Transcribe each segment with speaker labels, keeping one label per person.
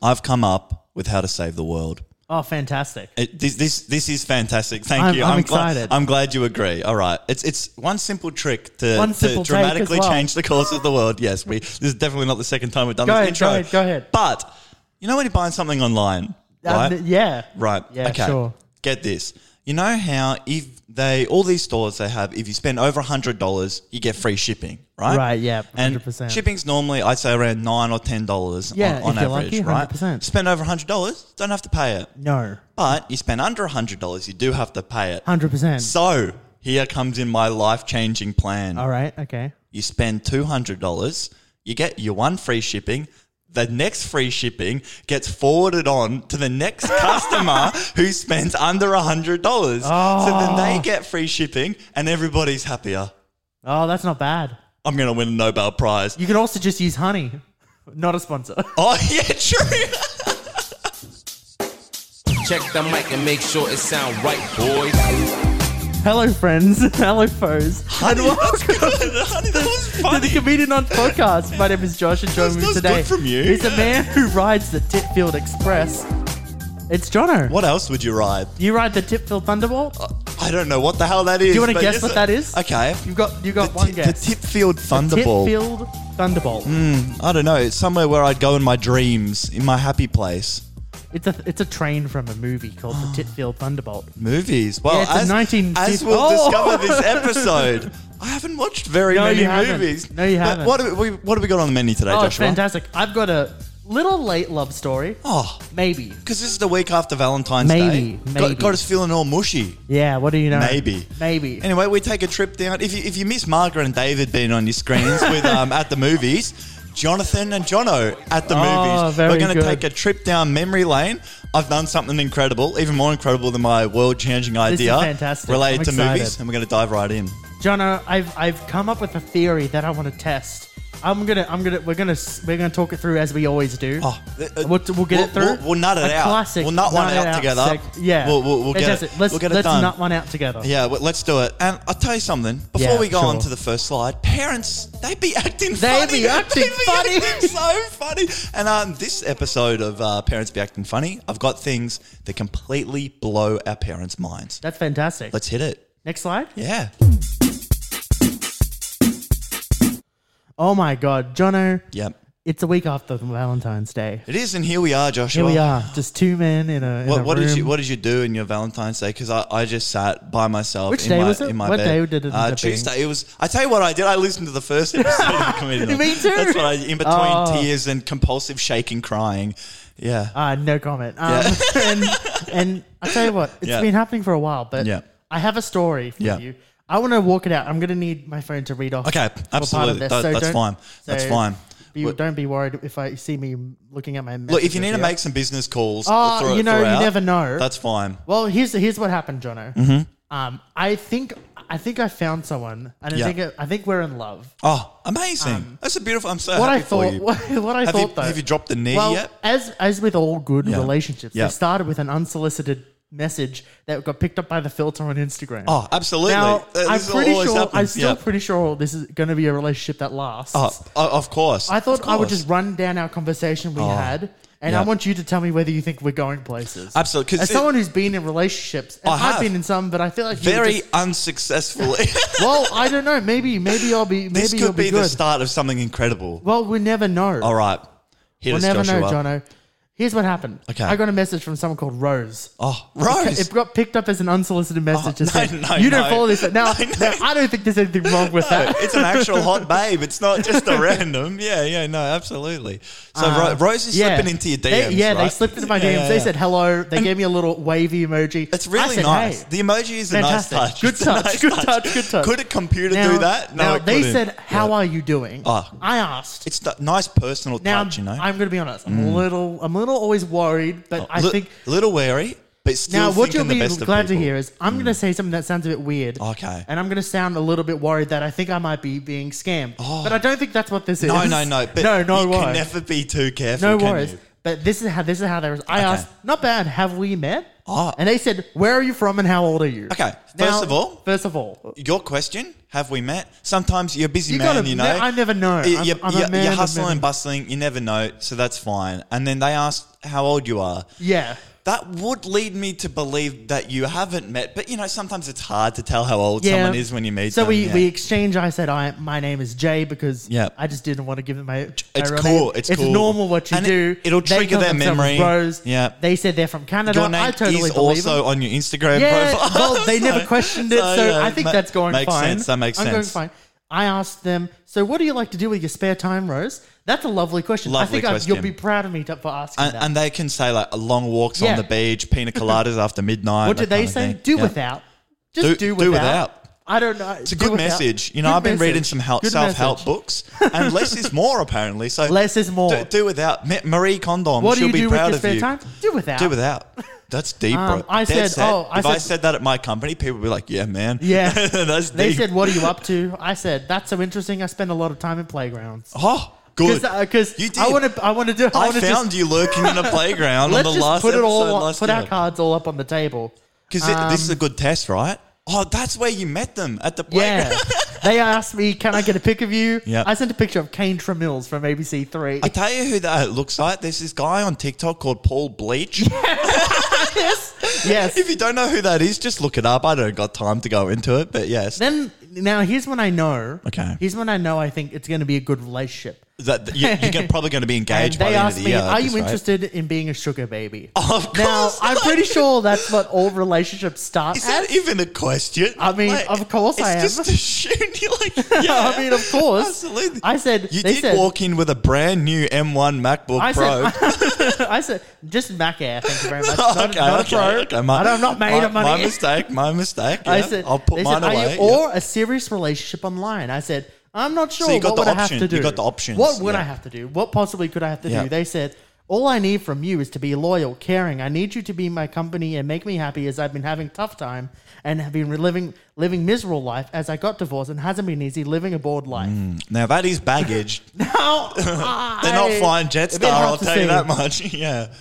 Speaker 1: I've come up with how to save the world.
Speaker 2: Oh, fantastic.
Speaker 1: It, this, this this is fantastic. Thank
Speaker 2: I'm-
Speaker 1: you.
Speaker 2: I'm
Speaker 1: glad-
Speaker 2: excited.
Speaker 1: I'm glad you agree. All right. It's it's one simple trick to,
Speaker 2: One
Speaker 1: to
Speaker 2: simple take as
Speaker 1: dramatically
Speaker 2: well.
Speaker 1: change the course of the world. Yes, we. This is definitely not the second time we've done
Speaker 2: Go
Speaker 1: this
Speaker 2: ahead,
Speaker 1: intro.
Speaker 2: go ahead, go ahead.
Speaker 1: But you know when you're buying something online, right?
Speaker 2: Um, yeah.
Speaker 1: Right.
Speaker 2: Yeah,
Speaker 1: okay.
Speaker 2: sure.
Speaker 1: Get this. You know how if they all these stores they have if you spend over hundred dollars you get free shipping, right?
Speaker 2: Right, yeah,
Speaker 1: And
Speaker 2: 100%.
Speaker 1: shipping's normally I'd say around nine or ten dollars
Speaker 2: Yeah,
Speaker 1: on, on
Speaker 2: if you're
Speaker 1: average,
Speaker 2: lucky,
Speaker 1: right?
Speaker 2: 100%.
Speaker 1: Spend over hundred dollars, don't have to pay it.
Speaker 2: No.
Speaker 1: But you spend under hundred dollars, you do have to pay it.
Speaker 2: 100%.
Speaker 1: So here comes in my life changing plan.
Speaker 2: All right. Okay.
Speaker 1: You spend two hundred dollars, you get your one free shipping. The next free shipping gets forwarded on to the next customer who spends under hundred dollars. So then they get free shipping, and everybody's happier.
Speaker 2: Oh, that's not bad.
Speaker 1: I'm gonna win a Nobel Prize.
Speaker 2: You can also just use honey. Not a sponsor.
Speaker 1: Oh yeah, true.
Speaker 3: Check the mic and make sure it sound right, boys.
Speaker 2: Hello, friends. Hello, foes.
Speaker 1: Honey, that's good. Honey, that was
Speaker 2: To the
Speaker 1: funny.
Speaker 2: Comedian on Podcast. My name is Josh, and joining
Speaker 1: That
Speaker 2: me
Speaker 1: was
Speaker 2: today
Speaker 1: good from you.
Speaker 2: is a man who rides the Titfield Express. It's Jono.
Speaker 1: What Uh, else would you ride?
Speaker 2: You ride the Titfield Thunderbolt.
Speaker 1: I don't know what the hell that is. Do
Speaker 2: you wanna guess what that is?
Speaker 1: Okay.
Speaker 2: You've got you got
Speaker 1: the, Mm.
Speaker 2: one
Speaker 1: ti-
Speaker 2: guess.
Speaker 1: the Tipfield Thunderball.
Speaker 2: Titfield Thunderbolt.
Speaker 1: I don't know. It's somewhere where I'd go in my dreams, in my happy place.
Speaker 2: It's a it's a train from a movie called the Titfield Thunderbolt.
Speaker 1: Movies. Well,
Speaker 2: Yeah, it's a
Speaker 1: as,
Speaker 2: 1950
Speaker 1: as we'll
Speaker 2: Oh!
Speaker 1: discover this episode, I haven't watched very
Speaker 2: No,
Speaker 1: many
Speaker 2: you haven't.
Speaker 1: movies.
Speaker 2: No, you
Speaker 1: But
Speaker 2: haven't.
Speaker 1: What have, we, what have we got on the menu today,
Speaker 2: Oh,
Speaker 1: Joshua?
Speaker 2: fantastic! I've got a little late love story.
Speaker 1: Oh,
Speaker 2: Maybe.
Speaker 1: because this is the week after Valentine's
Speaker 2: Maybe,
Speaker 1: Day.
Speaker 2: maybe.
Speaker 1: Got, got us feeling all mushy.
Speaker 2: Yeah. What do you know?
Speaker 1: Maybe.
Speaker 2: Maybe.
Speaker 1: Anyway, we take a trip down. If you, if you miss Margaret and David being on your screens with um, at the movies, Jonathan and Jono at the
Speaker 2: Oh,
Speaker 1: movies.
Speaker 2: very
Speaker 1: We're gonna
Speaker 2: good.
Speaker 1: take a trip down memory lane. I've done something incredible, even more incredible than my world-changing
Speaker 2: is
Speaker 1: idea
Speaker 2: fantastic.
Speaker 1: related
Speaker 2: I'm
Speaker 1: to
Speaker 2: excited.
Speaker 1: movies, and we're going to dive right in.
Speaker 2: Jono, I've I've come up with a theory that I want to test. I'm gonna I'm gonna we're gonna s- we're gonna talk it througugh as we always do.
Speaker 1: Oh, th- uh,
Speaker 2: we'll, we'll get it through.
Speaker 1: We'll, we'll nut it
Speaker 2: a
Speaker 1: out.
Speaker 2: Classic.
Speaker 1: We'll nut, one
Speaker 2: it
Speaker 1: out, together.
Speaker 2: sec- yeah.
Speaker 1: We'll, we'll, we'll get
Speaker 2: Fantastic.
Speaker 1: it.
Speaker 2: Let's
Speaker 1: we'll get
Speaker 2: let's
Speaker 1: it done.
Speaker 2: nut one out together.
Speaker 1: yeah, well, let's do it. And I'll tell you something. Before
Speaker 2: Yeah,
Speaker 1: we go on
Speaker 2: sure.
Speaker 1: to the first slide, parents, they be acting funny.
Speaker 2: They be acting funny.
Speaker 1: acting so funny. And um, this episode of uh, Parents Be Acting Funny, I've got things that completely blow our parents' minds.
Speaker 2: That's fantastic.
Speaker 1: Let's hit it.
Speaker 2: Next slide.
Speaker 1: Yeah.
Speaker 2: Oh my God, Jono,
Speaker 1: Yep.
Speaker 2: it's a week after Valentine's Day.
Speaker 1: It is, and here we are, Joshua.
Speaker 2: Here we are, just two men in a. In
Speaker 1: What,
Speaker 2: a
Speaker 1: what
Speaker 2: room.
Speaker 1: did you What did you do in your Valentine's Day? Because I, I just sat by myself.
Speaker 2: Which
Speaker 1: in
Speaker 2: day
Speaker 1: my,
Speaker 2: was it?
Speaker 1: In my
Speaker 2: What
Speaker 1: bed.
Speaker 2: day did it end
Speaker 1: Uh,
Speaker 2: up being?
Speaker 1: Tuesday. It was. I tell you what I did. I listened to the first episode of the Comedian.
Speaker 2: Me too.
Speaker 1: That's what I in between
Speaker 2: Oh.
Speaker 1: tears and compulsive shaking, crying. Yeah.
Speaker 2: Uh, no comment. Um, and, and I tell you what, it's
Speaker 1: Yeah.
Speaker 2: been happening for a while, but
Speaker 1: Yeah.
Speaker 2: I have a story for
Speaker 1: Yeah.
Speaker 2: you. I want to walk it out. I'm going to need my phone to read off.
Speaker 1: Okay,
Speaker 2: a part of
Speaker 1: absolutely.
Speaker 2: this,
Speaker 1: That- that's
Speaker 2: don't-
Speaker 1: fine. That's fine.
Speaker 2: Be,
Speaker 1: Look-
Speaker 2: don't be worried if I see me looking at my.
Speaker 1: Look, if you need
Speaker 2: messages
Speaker 1: to
Speaker 2: here.
Speaker 1: make some business calls,
Speaker 2: Oh,
Speaker 1: through-
Speaker 2: you know, you
Speaker 1: throughout,
Speaker 2: never know.
Speaker 1: That's fine.
Speaker 2: Well, here's here's what happened, Jono. Um, I think I think I found someone, and
Speaker 1: Mm-hmm. Yeah.
Speaker 2: I think I think we're in love.
Speaker 1: Oh, amazing. that's a beautiful. I'm so
Speaker 2: Um, What
Speaker 1: happy
Speaker 2: I thought,
Speaker 1: for you.
Speaker 2: what, I
Speaker 1: have
Speaker 2: thought
Speaker 1: you,
Speaker 2: though.
Speaker 1: Have you dropped the knee
Speaker 2: well,
Speaker 1: yet?
Speaker 2: as as with all good
Speaker 1: Yeah.
Speaker 2: relationships,
Speaker 1: Yeah.
Speaker 2: they started with an unsolicited message that got picked up by the filter on Instagram.
Speaker 1: Oh, absolutely.
Speaker 2: Now,
Speaker 1: This
Speaker 2: I'm
Speaker 1: is
Speaker 2: pretty
Speaker 1: always
Speaker 2: sure. I'm
Speaker 1: happens.
Speaker 2: still
Speaker 1: Yeah.
Speaker 2: pretty sure this is going to be a relationship that lasts.
Speaker 1: Oh, o- of course.
Speaker 2: I thought
Speaker 1: Of
Speaker 2: I would
Speaker 1: course. Oh,
Speaker 2: just run down our conversation we had, and
Speaker 1: yeah.
Speaker 2: I want you to tell me whether you think we're going places.
Speaker 1: Absolutely, 'cause
Speaker 2: As
Speaker 1: it-
Speaker 2: someone who's been in relationships, and
Speaker 1: I
Speaker 2: I've
Speaker 1: have.
Speaker 2: been in some, but I feel like you were
Speaker 1: very
Speaker 2: just-
Speaker 1: unsuccessfully.
Speaker 2: well, I don't know. Maybe, maybe I'll be. Maybe
Speaker 1: this
Speaker 2: you'll
Speaker 1: could
Speaker 2: be,
Speaker 1: be
Speaker 2: good.
Speaker 1: the start of something incredible.
Speaker 2: Well, we never know.
Speaker 1: All right. Hit
Speaker 2: we'll
Speaker 1: us,
Speaker 2: never
Speaker 1: Joshua.
Speaker 2: know, Jono. Here's what happened.
Speaker 1: Okay.
Speaker 2: I got a message from someone called Rose.
Speaker 1: Oh, Rose.
Speaker 2: It got picked up as an unsolicited message.
Speaker 1: Oh,
Speaker 2: that
Speaker 1: no,
Speaker 2: said,
Speaker 1: no,
Speaker 2: you don't
Speaker 1: no.
Speaker 2: follow this. Now,
Speaker 1: No, no.
Speaker 2: now, I don't think there's anything wrong with
Speaker 1: No,
Speaker 2: that.
Speaker 1: it's an actual hot babe. It's not just a random. Yeah, yeah, no, absolutely. So Ro- Rose is
Speaker 2: Uh, Yeah.
Speaker 1: slipping into your DMs.
Speaker 2: They, yeah, they
Speaker 1: right?
Speaker 2: slipped into my DMs.
Speaker 1: Yeah, yeah,
Speaker 2: They
Speaker 1: yeah.
Speaker 2: said hello. They gave me a little wavy emoji.
Speaker 1: It's
Speaker 2: I
Speaker 1: really
Speaker 2: said,
Speaker 1: nice.
Speaker 2: "Hey."
Speaker 1: The emoji is a nice
Speaker 2: Fantastic.
Speaker 1: touch.
Speaker 2: Good
Speaker 1: It's a
Speaker 2: touch,
Speaker 1: nice
Speaker 2: good touch, good touch.
Speaker 1: Could a computer
Speaker 2: Now,
Speaker 1: do that? No,
Speaker 2: now
Speaker 1: it
Speaker 2: they
Speaker 1: couldn't.
Speaker 2: said, "How
Speaker 1: Yeah.
Speaker 2: are you doing?"
Speaker 1: Oh.
Speaker 2: I asked.
Speaker 1: It's a nice personal
Speaker 2: now
Speaker 1: touch, you know. Mm. Oh,
Speaker 2: I'm going to be honest. I'm a little. I'm a little always worried, but I
Speaker 1: Li-
Speaker 2: think
Speaker 1: little wary, but still
Speaker 2: now what
Speaker 1: thinking
Speaker 2: you'll
Speaker 1: the
Speaker 2: be
Speaker 1: best of
Speaker 2: glad to
Speaker 1: people. Hmm.
Speaker 2: hear is I'm going to say something that sounds a bit weird.
Speaker 1: Okay.
Speaker 2: And I'm going to sound a little bit worried that I think I might be being scammed. But I don't think that's what this is.
Speaker 1: Oh. No, no, no. But
Speaker 2: no, no
Speaker 1: you
Speaker 2: worries.
Speaker 1: can never be too careful.
Speaker 2: no
Speaker 1: can
Speaker 2: worries.
Speaker 1: you?
Speaker 2: But this is how this is how there is. I
Speaker 1: Okay.
Speaker 2: asked, not bad. Have we met?
Speaker 1: Oh.
Speaker 2: And they said, "Where are you from and how old are you?"
Speaker 1: Okay, first
Speaker 2: Now,
Speaker 1: of all-
Speaker 2: first of all,
Speaker 1: Your question, have we met? Sometimes you're a busy
Speaker 2: You
Speaker 1: man,
Speaker 2: gotta-
Speaker 1: you know.
Speaker 2: I never know.
Speaker 1: You-
Speaker 2: I'm-
Speaker 1: You're,
Speaker 2: I'm a
Speaker 1: you're-
Speaker 2: man
Speaker 1: you're
Speaker 2: of
Speaker 1: hustling
Speaker 2: many-
Speaker 1: and bustling, you never know, so that's fine. And then they asked how old you are.
Speaker 2: yeah,
Speaker 1: That would lead me to believe that you haven't met, but you know, sometimes it's hard to tell how old
Speaker 2: yeah.
Speaker 1: someone is when you meet
Speaker 2: So
Speaker 1: them.
Speaker 2: we
Speaker 1: yeah.
Speaker 2: we exchange. I said, "I my name is Jay" because
Speaker 1: Yeah.
Speaker 2: I just didn't want to give them my. my
Speaker 1: It's
Speaker 2: real
Speaker 1: cool,
Speaker 2: name.
Speaker 1: it's cool.
Speaker 2: normal what you
Speaker 1: And it-
Speaker 2: do.
Speaker 1: it'll
Speaker 2: They
Speaker 1: trigger
Speaker 2: call
Speaker 1: their
Speaker 2: themselves
Speaker 1: memory.
Speaker 2: Rose.
Speaker 1: Yeah.
Speaker 2: They said they're from Canada.
Speaker 1: Your name
Speaker 2: I totally
Speaker 1: is
Speaker 2: believe
Speaker 1: also
Speaker 2: them.
Speaker 1: on your Instagram
Speaker 2: Yeah,
Speaker 1: profile.
Speaker 2: well, they never questioned it, so,
Speaker 1: yeah,
Speaker 2: I think
Speaker 1: ma-
Speaker 2: that's going
Speaker 1: makes
Speaker 2: fine.
Speaker 1: Sense. That makes
Speaker 2: I'm
Speaker 1: sense.
Speaker 2: going fine. I asked them, so what do you like to do with your spare time, Rose? That's a lovely question. I
Speaker 1: Lovely
Speaker 2: think I,
Speaker 1: question.
Speaker 2: you'll be proud of me to, for asking
Speaker 1: And,
Speaker 2: that.
Speaker 1: and they can say like long walks on
Speaker 2: Yeah.
Speaker 1: the beach, pina coladas after midnight.
Speaker 2: what did
Speaker 1: that
Speaker 2: they
Speaker 1: kind of
Speaker 2: say?
Speaker 1: thing.
Speaker 2: Do
Speaker 1: Yeah.
Speaker 2: without. Just
Speaker 1: Do-
Speaker 2: do,
Speaker 1: do
Speaker 2: without.
Speaker 1: without.
Speaker 2: I don't know. It's
Speaker 1: It's a good message. You know, I've been reading some help, self-help books, and less is more apparently. So
Speaker 2: Less is more.
Speaker 1: Do, do without Ma- Marie Condom.
Speaker 2: what do
Speaker 1: she'll
Speaker 2: you
Speaker 1: be
Speaker 2: do with
Speaker 1: proud
Speaker 2: your
Speaker 1: of
Speaker 2: spare
Speaker 1: you.
Speaker 2: time? Do without.
Speaker 1: Do without. That's deep, bro.
Speaker 2: Um, I
Speaker 1: Dead
Speaker 2: said-
Speaker 1: set.
Speaker 2: oh, I
Speaker 1: if I
Speaker 2: said-
Speaker 1: said that at my company, people would be like, "Yeah, man."
Speaker 2: Yeah.
Speaker 1: that's
Speaker 2: They
Speaker 1: deep.
Speaker 2: said, what are you up to? I said, that's so interesting. I spend a lot of time in playgrounds.
Speaker 1: "Oh, good."
Speaker 2: Because
Speaker 1: You
Speaker 2: uh, I
Speaker 1: did.
Speaker 2: want to I want to do
Speaker 1: I
Speaker 2: wanna
Speaker 1: found
Speaker 2: just,
Speaker 1: you lurking in a playground on
Speaker 2: Let's
Speaker 1: the
Speaker 2: just
Speaker 1: last
Speaker 2: put it all
Speaker 1: episode
Speaker 2: on-
Speaker 1: last
Speaker 2: put our
Speaker 1: year.
Speaker 2: cards all up on the table.
Speaker 1: Because this is a good test, right? Oh, that's where you met them at the playground.
Speaker 2: Yeah. they asked me, can I get a pic of you?
Speaker 1: Yep.
Speaker 2: I sent a picture of Kane Tramills from ABC3.
Speaker 1: I tell you who that looks like. There's this guy on TikTok called Paul Bleach.
Speaker 2: yes. Yes.
Speaker 1: If you don't know who that is, just look it up. I don't got time to go into it, but yes,
Speaker 2: then, now here's when I know.
Speaker 1: Okay.
Speaker 2: Here's when I know I think it's going to be a good relationship.
Speaker 1: that, you, you're gonna- probably going to be
Speaker 2: And
Speaker 1: engaged by
Speaker 2: they
Speaker 1: the Oh, end of
Speaker 2: asked
Speaker 1: the
Speaker 2: me,
Speaker 1: year.
Speaker 2: are
Speaker 1: that's
Speaker 2: you
Speaker 1: right.
Speaker 2: interested in being a sugar baby?
Speaker 1: Of
Speaker 2: now,
Speaker 1: course.
Speaker 2: I'm pretty sure that's what all relationships start
Speaker 1: Is
Speaker 2: at.
Speaker 1: that even a question?
Speaker 2: I mean, of course
Speaker 1: it's
Speaker 2: I am.
Speaker 1: just a shoot. You're like, yeah,
Speaker 2: I mean, of course.
Speaker 1: absolutely.
Speaker 2: I said,
Speaker 1: you
Speaker 2: they
Speaker 1: did
Speaker 2: said,
Speaker 1: walk in with a brand new M1 MacBook
Speaker 2: I
Speaker 1: Pro.
Speaker 2: said, I said, just Mac Air. Thank you very much.
Speaker 1: okay,
Speaker 2: Not, not
Speaker 1: okay,
Speaker 2: a pro.
Speaker 1: okay. My,
Speaker 2: I don't- I'm not made
Speaker 1: my,
Speaker 2: of money.
Speaker 1: My mistake. My mistake.
Speaker 2: I
Speaker 1: yeah.
Speaker 2: said,
Speaker 1: I'll put
Speaker 2: they
Speaker 1: mine
Speaker 2: said, "Are you-
Speaker 1: away. yeah.
Speaker 2: or a serious relationship online. I said, I'm not sure.
Speaker 1: So you got
Speaker 2: what
Speaker 1: the
Speaker 2: would I
Speaker 1: option-
Speaker 2: have to do?
Speaker 1: you got the options,
Speaker 2: What would
Speaker 1: yeah.
Speaker 2: I have to do? What possibly could I have to
Speaker 1: Yeah.
Speaker 2: do? They said, all I need from you is to be loyal, caring. I need you to be my company and make me happy as I've been having tough time and have been living living miserable life as I got divorced and hasn't been easy living a bored life.
Speaker 1: Now that is baggage.
Speaker 2: Now,
Speaker 1: They're not
Speaker 2: I-
Speaker 1: flying
Speaker 2: a bit
Speaker 1: Jetstar.
Speaker 2: hard
Speaker 1: I'll
Speaker 2: to
Speaker 1: tell you
Speaker 2: see.
Speaker 1: that much. yeah,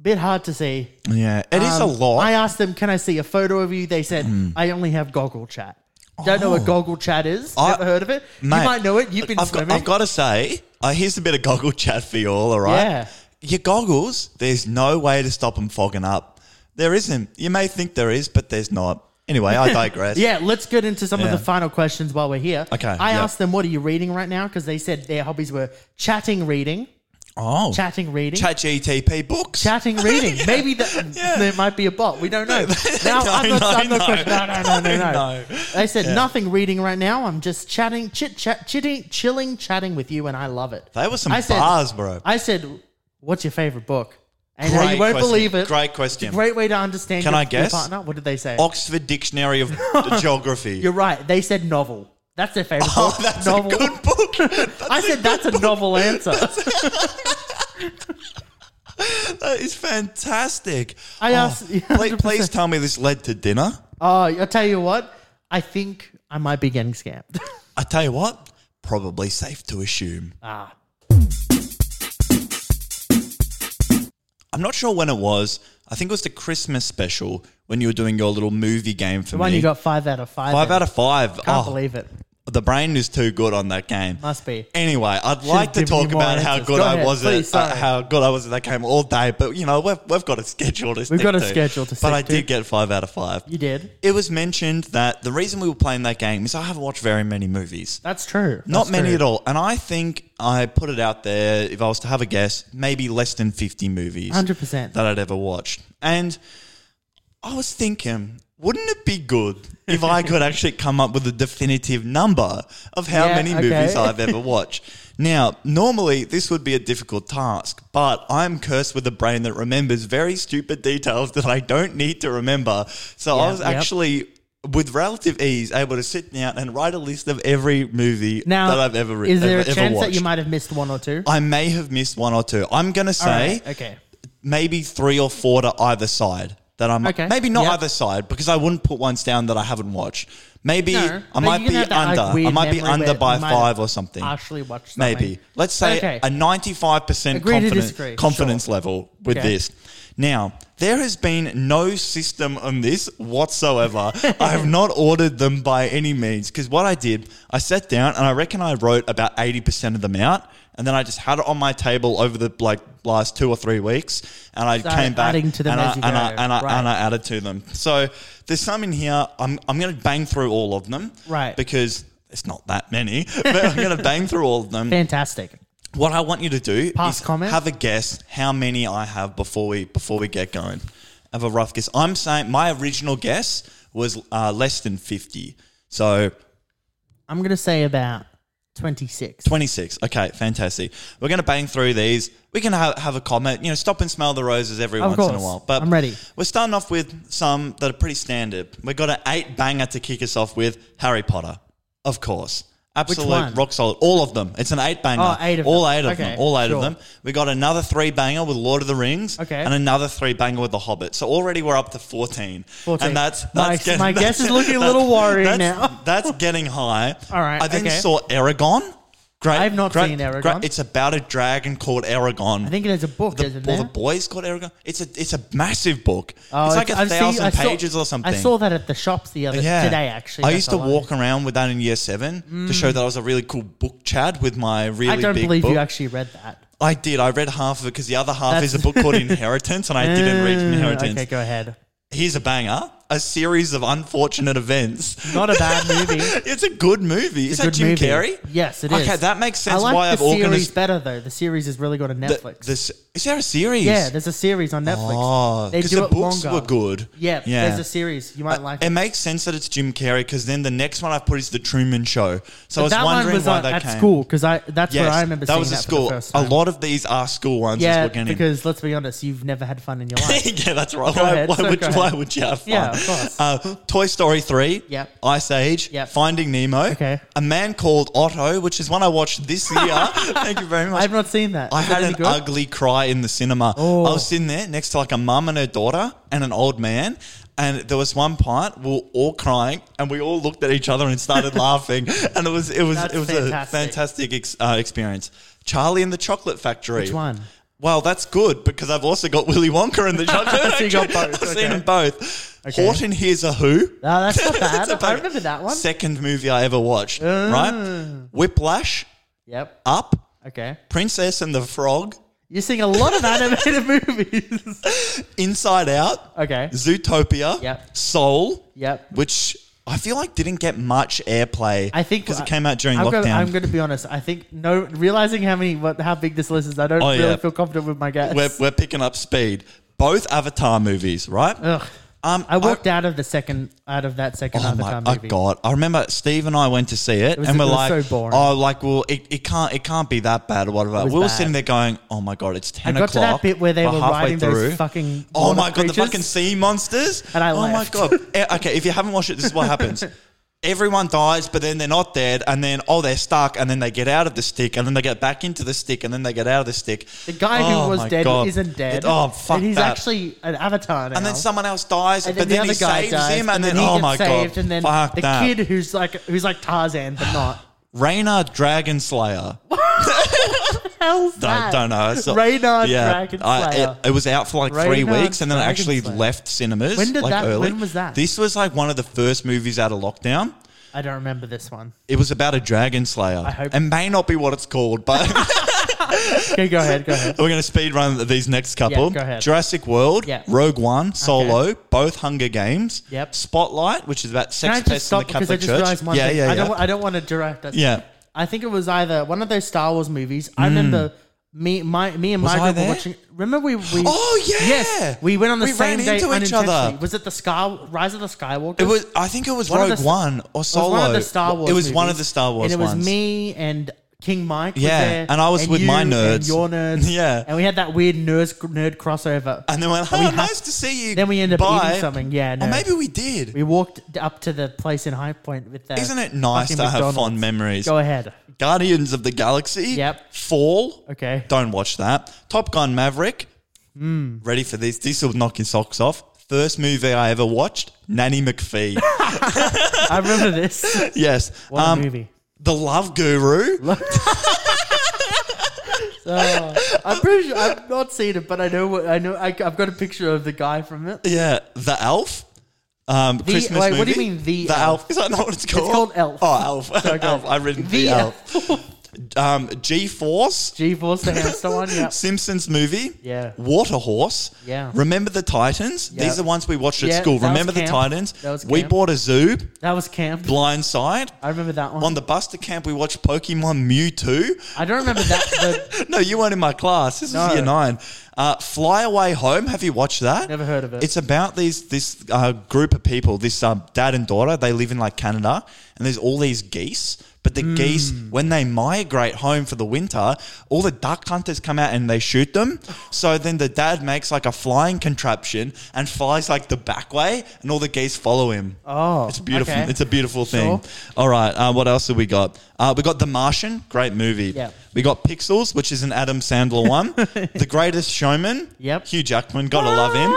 Speaker 2: Bit hard to see.
Speaker 1: yeah. It is a
Speaker 2: Um,
Speaker 1: lot. Hmm.
Speaker 2: I asked them, "Can I see a photo of you?" They said, "I only have goggle chat." Don't know what goggle chat is.
Speaker 1: Oh. I-
Speaker 2: Never heard of it.
Speaker 1: Mate,
Speaker 2: you might know it. You've been
Speaker 1: I've
Speaker 2: swimming.
Speaker 1: Got, I've got to say, uh, here's a bit of goggle chat for you all, all right?
Speaker 2: Yeah.
Speaker 1: Your goggles, there's no way to stop them fogging up. There isn't. You may think there is, but there's not. Anyway, I digress.
Speaker 2: yeah, let's get into some of
Speaker 1: Yeah.
Speaker 2: the final questions while we're here.
Speaker 1: Okay,
Speaker 2: I
Speaker 1: yeah.
Speaker 2: asked them, "What are you reading right now?" Because they said their hobbies were chatting, reading,
Speaker 1: Oh. Chat,
Speaker 2: chatting, reading,
Speaker 1: GTP books.
Speaker 2: chatting, reading. Maybe that, there might be a bot. We don't know. now
Speaker 1: No,
Speaker 2: I'm not.
Speaker 1: no,
Speaker 2: I'm not
Speaker 1: no.
Speaker 2: question- no, no, no, no, no.
Speaker 1: No.
Speaker 2: They said nothing reading right now. I'm just chatting, chit chat, chitting, chilling, chatting with you, and I love it.
Speaker 1: They were some
Speaker 2: I said-
Speaker 1: bars, bro.
Speaker 2: I said, "What's your favorite book?" And now you won't
Speaker 1: question.
Speaker 2: believe it.
Speaker 1: Great
Speaker 2: It's a
Speaker 1: question.
Speaker 2: great way to understand.
Speaker 1: Can
Speaker 2: your,
Speaker 1: I
Speaker 2: your
Speaker 1: guess? Oh.
Speaker 2: partner. What did they say?
Speaker 1: Oxford Dictionary of Geography.
Speaker 2: You're right. They said novel. That's their favorite
Speaker 1: oh,
Speaker 2: book.
Speaker 1: that's
Speaker 2: novel.
Speaker 1: a good book. That's
Speaker 2: I
Speaker 1: a
Speaker 2: said that's a novel answer.
Speaker 1: That is fantastic.
Speaker 2: I asked-
Speaker 1: Oh, please,
Speaker 2: 100%.
Speaker 1: please tell me this led to dinner.
Speaker 2: Oh, I'll tell you what. I think I might be getting scammed.
Speaker 1: I tell you what, probably safe to assume. Ah. I'm not sure when it was. I think it was the Christmas special when you were doing your little movie game for
Speaker 2: The
Speaker 1: me.
Speaker 2: one you got five out of five.
Speaker 1: five
Speaker 2: in.
Speaker 1: out of five.
Speaker 2: Can't
Speaker 1: Oh,
Speaker 2: believe it.
Speaker 1: the brain is too good on that game.
Speaker 2: Must be.
Speaker 1: Anyway, I'd like to
Speaker 2: given you
Speaker 1: talk
Speaker 2: more
Speaker 1: about how
Speaker 2: answers.
Speaker 1: good
Speaker 2: Go
Speaker 1: I
Speaker 2: ahead,
Speaker 1: was
Speaker 2: please,
Speaker 1: at uh,
Speaker 2: sorry.
Speaker 1: how good I was at that game all day, but you know we've, we've got a schedule to. stick
Speaker 2: got a
Speaker 1: to.
Speaker 2: schedule to
Speaker 1: But
Speaker 2: stick
Speaker 1: I
Speaker 2: to.
Speaker 1: did get five out of five.
Speaker 2: You did.
Speaker 1: It was mentioned that the reason we were playing that game is I haven't watched very many movies.
Speaker 2: That's true.
Speaker 1: Not
Speaker 2: That's
Speaker 1: many
Speaker 2: true.
Speaker 1: at all. And I think I put it out there, if I was to have a guess, maybe less than 50 movies
Speaker 2: 100%.
Speaker 1: that I'd ever watched. And I was thinking, wouldn't it be good if I could actually come up with a definitive number of how
Speaker 2: Yeah,
Speaker 1: many
Speaker 2: okay.
Speaker 1: movies I've ever watched? Now, normally this would be a difficult task, but I'm cursed with a brain that remembers very stupid details that I don't need to remember. So I
Speaker 2: Yeah,
Speaker 1: was
Speaker 2: yep.
Speaker 1: actually. With relative ease, able to sit down and write a list of every movie
Speaker 2: Now
Speaker 1: that I've ever written.
Speaker 2: Is there
Speaker 1: ever,
Speaker 2: a chance
Speaker 1: watched.
Speaker 2: that you might have missed one or two?
Speaker 1: I may have missed one or two. I'm going to
Speaker 2: All
Speaker 1: say
Speaker 2: right, Okay.
Speaker 1: maybe three or four to either side. that I'm
Speaker 2: Okay.
Speaker 1: maybe not
Speaker 2: Yep.
Speaker 1: either side because I wouldn't put ones down that I haven't watched. Maybe
Speaker 2: No,
Speaker 1: I
Speaker 2: but
Speaker 1: might
Speaker 2: you can
Speaker 1: be
Speaker 2: have that, like,
Speaker 1: under. I
Speaker 2: weird
Speaker 1: might be
Speaker 2: memory
Speaker 1: under
Speaker 2: where
Speaker 1: by
Speaker 2: you might
Speaker 1: five
Speaker 2: have
Speaker 1: or something.
Speaker 2: Actually watched something.
Speaker 1: Maybe let's say
Speaker 2: Okay.
Speaker 1: a ninety-five percent
Speaker 2: Agree to
Speaker 1: confidence,
Speaker 2: disagree,
Speaker 1: confidence level with
Speaker 2: Okay.
Speaker 1: this. Now there has been no system on this whatsoever. I have not ordered them by any means because what I did, I sat down and I reckon I wrote about eighty percent of them out, and then I just had it on my table over the like last two or three weeks, and I
Speaker 2: So
Speaker 1: came back
Speaker 2: adding to them
Speaker 1: and, I,
Speaker 2: as you
Speaker 1: and, I,
Speaker 2: go,
Speaker 1: and, I,
Speaker 2: right.
Speaker 1: and I added to them. So there's some in here. I'm I'm going to bang through all of them,
Speaker 2: Right.
Speaker 1: Because it's not that many, but I'm going to bang through all of them.
Speaker 2: Fantastic.
Speaker 1: What I want you to do
Speaker 2: Past
Speaker 1: is
Speaker 2: comments?
Speaker 1: have a guess how many I have before we before we get going. Have a rough guess. I'm saying my original guess was uh, less than fifty, so
Speaker 2: I'm going to say about 26.
Speaker 1: twenty six. Okay, fantastic. We're going to bang through these. We can have, have a comment. You know, stop and smell the roses every
Speaker 2: Of
Speaker 1: once in a
Speaker 2: course.
Speaker 1: while. But
Speaker 2: I'm ready.
Speaker 1: We're starting off with some that are pretty standard. We've got an eight banger to kick us off with Harry Potter, of course. Absolute
Speaker 2: one?
Speaker 1: rock solid. All of them. It's an eight banger.
Speaker 2: Oh, eight of
Speaker 1: All
Speaker 2: them.
Speaker 1: eight of
Speaker 2: Okay,
Speaker 1: them. All eight of
Speaker 2: sure.
Speaker 1: them. We got another three banger with Lord of the Rings.
Speaker 2: Okay.
Speaker 1: And another three banger with The Hobbit. So already we're up to 14.
Speaker 2: 14.
Speaker 1: And that's, that's
Speaker 2: My- my guess is looking a little worrying
Speaker 1: that's-
Speaker 2: now.
Speaker 1: That's getting high.
Speaker 2: All right,
Speaker 1: I then
Speaker 2: okay.
Speaker 1: saw Aragon. Great.
Speaker 2: I have not
Speaker 1: great-
Speaker 2: seen
Speaker 1: great-
Speaker 2: Eragon.
Speaker 1: It's about a dragon called Aragon.
Speaker 2: I think there's a book,
Speaker 1: The,
Speaker 2: isn't
Speaker 1: well,
Speaker 2: there?
Speaker 1: the boys called Aragon. It's a it's a massive book.
Speaker 2: Oh,
Speaker 1: it's like a
Speaker 2: I've seen- I
Speaker 1: thousand
Speaker 2: saw-
Speaker 1: pages or something.
Speaker 2: I saw that at the shops the other today. Actually,
Speaker 1: I
Speaker 2: That's
Speaker 1: used to
Speaker 2: how
Speaker 1: walk around with that in year seven to show that I was a really cool book chad with my really
Speaker 2: Mm. I don't
Speaker 1: big
Speaker 2: believe
Speaker 1: book.
Speaker 2: you actually read that.
Speaker 1: I did. I read half of it because the other half
Speaker 2: That's-
Speaker 1: is
Speaker 2: Mm,
Speaker 1: a book called Inheritance, and I didn't read Inheritance.
Speaker 2: Okay, go ahead.
Speaker 1: Here's a banger: a series of unfortunate events.
Speaker 2: Not a bad movie.
Speaker 1: It's a good movie. Is
Speaker 2: a
Speaker 1: that
Speaker 2: good
Speaker 1: Jim
Speaker 2: movie.
Speaker 1: Carrey?
Speaker 2: Yes, it is.
Speaker 1: okay, that makes sense.
Speaker 2: I like
Speaker 1: why
Speaker 2: the
Speaker 1: I've
Speaker 2: series
Speaker 1: organized
Speaker 2: better though. The series is really good on
Speaker 1: the,
Speaker 2: Netflix.
Speaker 1: this. Is there a series?
Speaker 2: yeah, there's a series on Netflix.
Speaker 1: Oh,
Speaker 2: they
Speaker 1: because
Speaker 2: do
Speaker 1: the
Speaker 2: it
Speaker 1: books
Speaker 2: longer.
Speaker 1: were good.
Speaker 2: Yeah, there's a series you might like.
Speaker 1: Uh, It makes sense that it's Jim Carrey because then the next one I've put is the Truman Show. So I was
Speaker 2: that
Speaker 1: wondering
Speaker 2: one was
Speaker 1: why
Speaker 2: on,
Speaker 1: that
Speaker 2: at
Speaker 1: came.
Speaker 2: school because I that's
Speaker 1: Yes,
Speaker 2: where I remember
Speaker 1: that
Speaker 2: seeing
Speaker 1: was a
Speaker 2: that
Speaker 1: school.
Speaker 2: for the first
Speaker 1: a
Speaker 2: time.
Speaker 1: lot of these are school ones.
Speaker 2: yeah,
Speaker 1: just looking in.
Speaker 2: because let's be honest, you've never had fun in your life.
Speaker 1: yeah, that's right. Why,
Speaker 2: ahead,
Speaker 1: why
Speaker 2: so
Speaker 1: would,
Speaker 2: go
Speaker 1: why
Speaker 2: ahead.
Speaker 1: would you have fun?
Speaker 2: Yeah, of course.
Speaker 1: Uh, Toy Story 3,
Speaker 2: Yep.
Speaker 1: Ice Age,
Speaker 2: Yep.
Speaker 1: Finding Nemo,
Speaker 2: Okay.
Speaker 1: A Man Called Otto, which is one I watched this year. Thank you very much.
Speaker 2: I've not seen that.
Speaker 1: I
Speaker 2: Is that
Speaker 1: had
Speaker 2: any
Speaker 1: an
Speaker 2: good?
Speaker 1: ugly cry in the cinema.
Speaker 2: Oh.
Speaker 1: I was sitting there next to like a mum and her daughter and an old man. And there was one part we were all crying, and we all looked at each other and started laughing. And it was it was
Speaker 2: That's
Speaker 1: it was
Speaker 2: fantastic.
Speaker 1: a fantastic ex, uh, experience. Charlie and the Chocolate Factory.
Speaker 2: Which one?
Speaker 1: Well, that's good because I've also got Willy Wonka and the Chocolate
Speaker 2: So
Speaker 1: Factory.
Speaker 2: you got both,
Speaker 1: I've
Speaker 2: okay.
Speaker 1: seen them both.
Speaker 2: Okay.
Speaker 1: Horton Hears a Who.
Speaker 2: No, that's not bad.
Speaker 1: It's a
Speaker 2: I
Speaker 1: banger.
Speaker 2: remember that one. Oh.
Speaker 1: Second movie I ever watched. Right? Whiplash,
Speaker 2: Yep.
Speaker 1: Up,
Speaker 2: Okay.
Speaker 1: Princess and the Frog,
Speaker 2: You're seeing a lot of animated movies.
Speaker 1: Inside Out.
Speaker 2: Okay.
Speaker 1: Zootopia,
Speaker 2: Yep.
Speaker 1: Soul,
Speaker 2: Yep.
Speaker 1: which I feel like didn't get much airplay.
Speaker 2: I think uh,
Speaker 1: because it came out during
Speaker 2: I'm
Speaker 1: lockdown.
Speaker 2: Gonna, I'm going to be honest. I think no realizing how many what, how big this list is. I don't
Speaker 1: Oh,
Speaker 2: really
Speaker 1: yeah.
Speaker 2: feel confident with my guess.
Speaker 1: we're, we're picking up speed. Both Avatar movies, right?
Speaker 2: Ugh.
Speaker 1: Um,
Speaker 2: I walked out of the second out of that second
Speaker 1: Oh my
Speaker 2: Avatar
Speaker 1: oh
Speaker 2: movie.
Speaker 1: god! I remember Steve and I went to see it,
Speaker 2: was-
Speaker 1: and
Speaker 2: it
Speaker 1: we're
Speaker 2: was
Speaker 1: like,
Speaker 2: so boring.
Speaker 1: "Oh, like, well, it, it can't it can't be that bad or whatever."
Speaker 2: was
Speaker 1: We were
Speaker 2: bad.
Speaker 1: sitting there going, "Oh my god, it's
Speaker 2: I
Speaker 1: ten
Speaker 2: got to
Speaker 1: o'clock."
Speaker 2: that bit where they
Speaker 1: We're
Speaker 2: were
Speaker 1: halfway
Speaker 2: riding those
Speaker 1: through.
Speaker 2: fucking
Speaker 1: Oh
Speaker 2: water
Speaker 1: my god, the
Speaker 2: creatures.
Speaker 1: fucking sea monsters!
Speaker 2: And I
Speaker 1: oh
Speaker 2: laughed.
Speaker 1: my god. Eh, okay, if you haven't watched it, this is what happens. Everyone dies, but then they're not dead, and then oh, they're stuck, and then they get out of the stick, and then they get back into the stick, and then they get out of the stick.
Speaker 2: The guy
Speaker 1: Oh
Speaker 2: who was
Speaker 1: my
Speaker 2: dead
Speaker 1: God.
Speaker 2: isn't dead.
Speaker 1: It- oh fuck!
Speaker 2: And he's
Speaker 1: that.
Speaker 2: actually an Avatar now.
Speaker 1: And then someone else dies,
Speaker 2: And
Speaker 1: but then,
Speaker 2: the
Speaker 1: he
Speaker 2: other guy
Speaker 1: saves
Speaker 2: dies,
Speaker 1: him, and then,
Speaker 2: he
Speaker 1: oh
Speaker 2: gets
Speaker 1: my
Speaker 2: saved,
Speaker 1: god!
Speaker 2: And then
Speaker 1: fuck
Speaker 2: the
Speaker 1: that.
Speaker 2: kid who's like who's like Tarzan but not.
Speaker 1: Rayna Dragonslayer.
Speaker 2: Hell's
Speaker 1: I
Speaker 2: that?
Speaker 1: don't know. It's not-
Speaker 2: Radar Dragon
Speaker 1: I-
Speaker 2: Slayer.
Speaker 1: it, it was out for like three
Speaker 2: Radar
Speaker 1: weeks, and then it
Speaker 2: Dragon
Speaker 1: actually
Speaker 2: Slayer.
Speaker 1: left cinemas.
Speaker 2: When did
Speaker 1: like,
Speaker 2: that-
Speaker 1: Early.
Speaker 2: when was that?
Speaker 1: This was like one of the first movies out of lockdown.
Speaker 2: I don't remember this one.
Speaker 1: It was about a dragon slayer. I
Speaker 2: hope-
Speaker 1: It may not be what it's called, but
Speaker 2: Okay, go ahead, go ahead.
Speaker 1: we're going to speed run these next couple.
Speaker 2: go ahead.
Speaker 1: Jurassic World,
Speaker 2: Yeah.
Speaker 1: Rogue One, Solo, both Hunger Games.
Speaker 2: Yep.
Speaker 1: Spotlight, which is about
Speaker 2: Can
Speaker 1: sex
Speaker 2: I just
Speaker 1: pests in the
Speaker 2: stop because I
Speaker 1: Catholic
Speaker 2: just
Speaker 1: Church.
Speaker 2: realized one
Speaker 1: yeah,
Speaker 2: thing.
Speaker 1: yeah,
Speaker 2: I
Speaker 1: yeah.
Speaker 2: don't. wa- I don't want to direct us.
Speaker 1: Yeah.
Speaker 2: I think it was either one of those Star Wars movies. I remember me, my, me and
Speaker 1: Mm. Was I
Speaker 2: Margaret were
Speaker 1: there?
Speaker 2: watching. Remember we? we
Speaker 1: Oh, yeah!
Speaker 2: Yes, we went on the
Speaker 1: We ran
Speaker 2: same day
Speaker 1: into each other.
Speaker 2: unintentionally. Was it the Sky Rise of the Skywalker?
Speaker 1: it was. I think it was
Speaker 2: One of
Speaker 1: Rogue
Speaker 2: the-
Speaker 1: One or
Speaker 2: It
Speaker 1: Solo.
Speaker 2: was one of the Star Wars.
Speaker 1: It was one
Speaker 2: movies,
Speaker 1: of the Star Wars.
Speaker 2: and it was
Speaker 1: ones.
Speaker 2: me and King Mike. was
Speaker 1: Yeah,
Speaker 2: there,
Speaker 1: and I was with my
Speaker 2: you
Speaker 1: nerds.
Speaker 2: and your nerds.
Speaker 1: Yeah.
Speaker 2: and we had that weird nerd nerd crossover.
Speaker 1: And then went, oh,
Speaker 2: we had-
Speaker 1: nice to see you.
Speaker 2: then we ended up
Speaker 1: Bye.
Speaker 2: eating something. Yeah, no.
Speaker 1: Or maybe we did.
Speaker 2: we walked up to the place in High Point with that.
Speaker 1: Isn't it nice
Speaker 2: fucking
Speaker 1: to have
Speaker 2: McDonald's.
Speaker 1: fond memories?
Speaker 2: Go ahead.
Speaker 1: Guardians of the Galaxy.
Speaker 2: Yep.
Speaker 1: Fall.
Speaker 2: Okay. Hmm.
Speaker 1: Don't watch that. Top Gun Maverick. Ready for this? This will knock your socks off. First movie I ever watched, Nanny McPhee.
Speaker 2: I remember this.
Speaker 1: yes.
Speaker 2: What
Speaker 1: um,
Speaker 2: a movie.
Speaker 1: The Love Guru.
Speaker 2: So, I'm pretty sure I've not seen it, but I know what I know. I, I've got a picture of the guy from it.
Speaker 1: yeah. The Elf. Um, Christmas
Speaker 2: wait,
Speaker 1: movie.
Speaker 2: what do you mean, The
Speaker 1: the
Speaker 2: Elf?
Speaker 1: Elf? Is that not what it's called?
Speaker 2: called Elf.
Speaker 1: Oh, Elf.
Speaker 2: Sorry, go
Speaker 1: Elf.
Speaker 2: ahead.
Speaker 1: I've written The,
Speaker 2: The
Speaker 1: Elf. um, G Force.
Speaker 2: G Force, the hamster one. Yeah.
Speaker 1: Simpsons movie.
Speaker 2: Yeah.
Speaker 1: Water Horse.
Speaker 2: Yeah.
Speaker 1: Remember the Titans?
Speaker 2: Yeah.
Speaker 1: These are the ones we watched at
Speaker 2: Yeah,
Speaker 1: school.
Speaker 2: that was
Speaker 1: Remember the
Speaker 2: camp.
Speaker 1: Titans?
Speaker 2: That was
Speaker 1: we
Speaker 2: camp.
Speaker 1: bought a zoo,
Speaker 2: That was camp.
Speaker 1: Blindside.
Speaker 2: I remember that one.
Speaker 1: On the Buster Camp, we watched Pokemon Mewtwo.
Speaker 2: I don't remember that. But
Speaker 1: No, you weren't in my class. This
Speaker 2: No.
Speaker 1: is year nine. Uh, Fly Away Home. Have you watched that?
Speaker 2: Never heard of it.
Speaker 1: It's about these this uh, group of people. This uh, dad and daughter. They live in like Canada, and there's all these geese. But the geese,
Speaker 2: Hmm.
Speaker 1: when they migrate home for the winter, all the duck hunters come out and they shoot them. So then the dad makes like a flying contraption and flies like the back way, and all the geese follow him.
Speaker 2: Oh,
Speaker 1: it's beautiful.
Speaker 2: okay.
Speaker 1: It's a beautiful thing.
Speaker 2: Sure.
Speaker 1: All right. Uh, what else have we got? Uh, we got The Martian. Great movie.
Speaker 2: Yeah.
Speaker 1: We got Pixels, which is an Adam Sandler one. the Greatest Showman.
Speaker 2: Yep.
Speaker 1: Hugh Jackman. Gotta love him.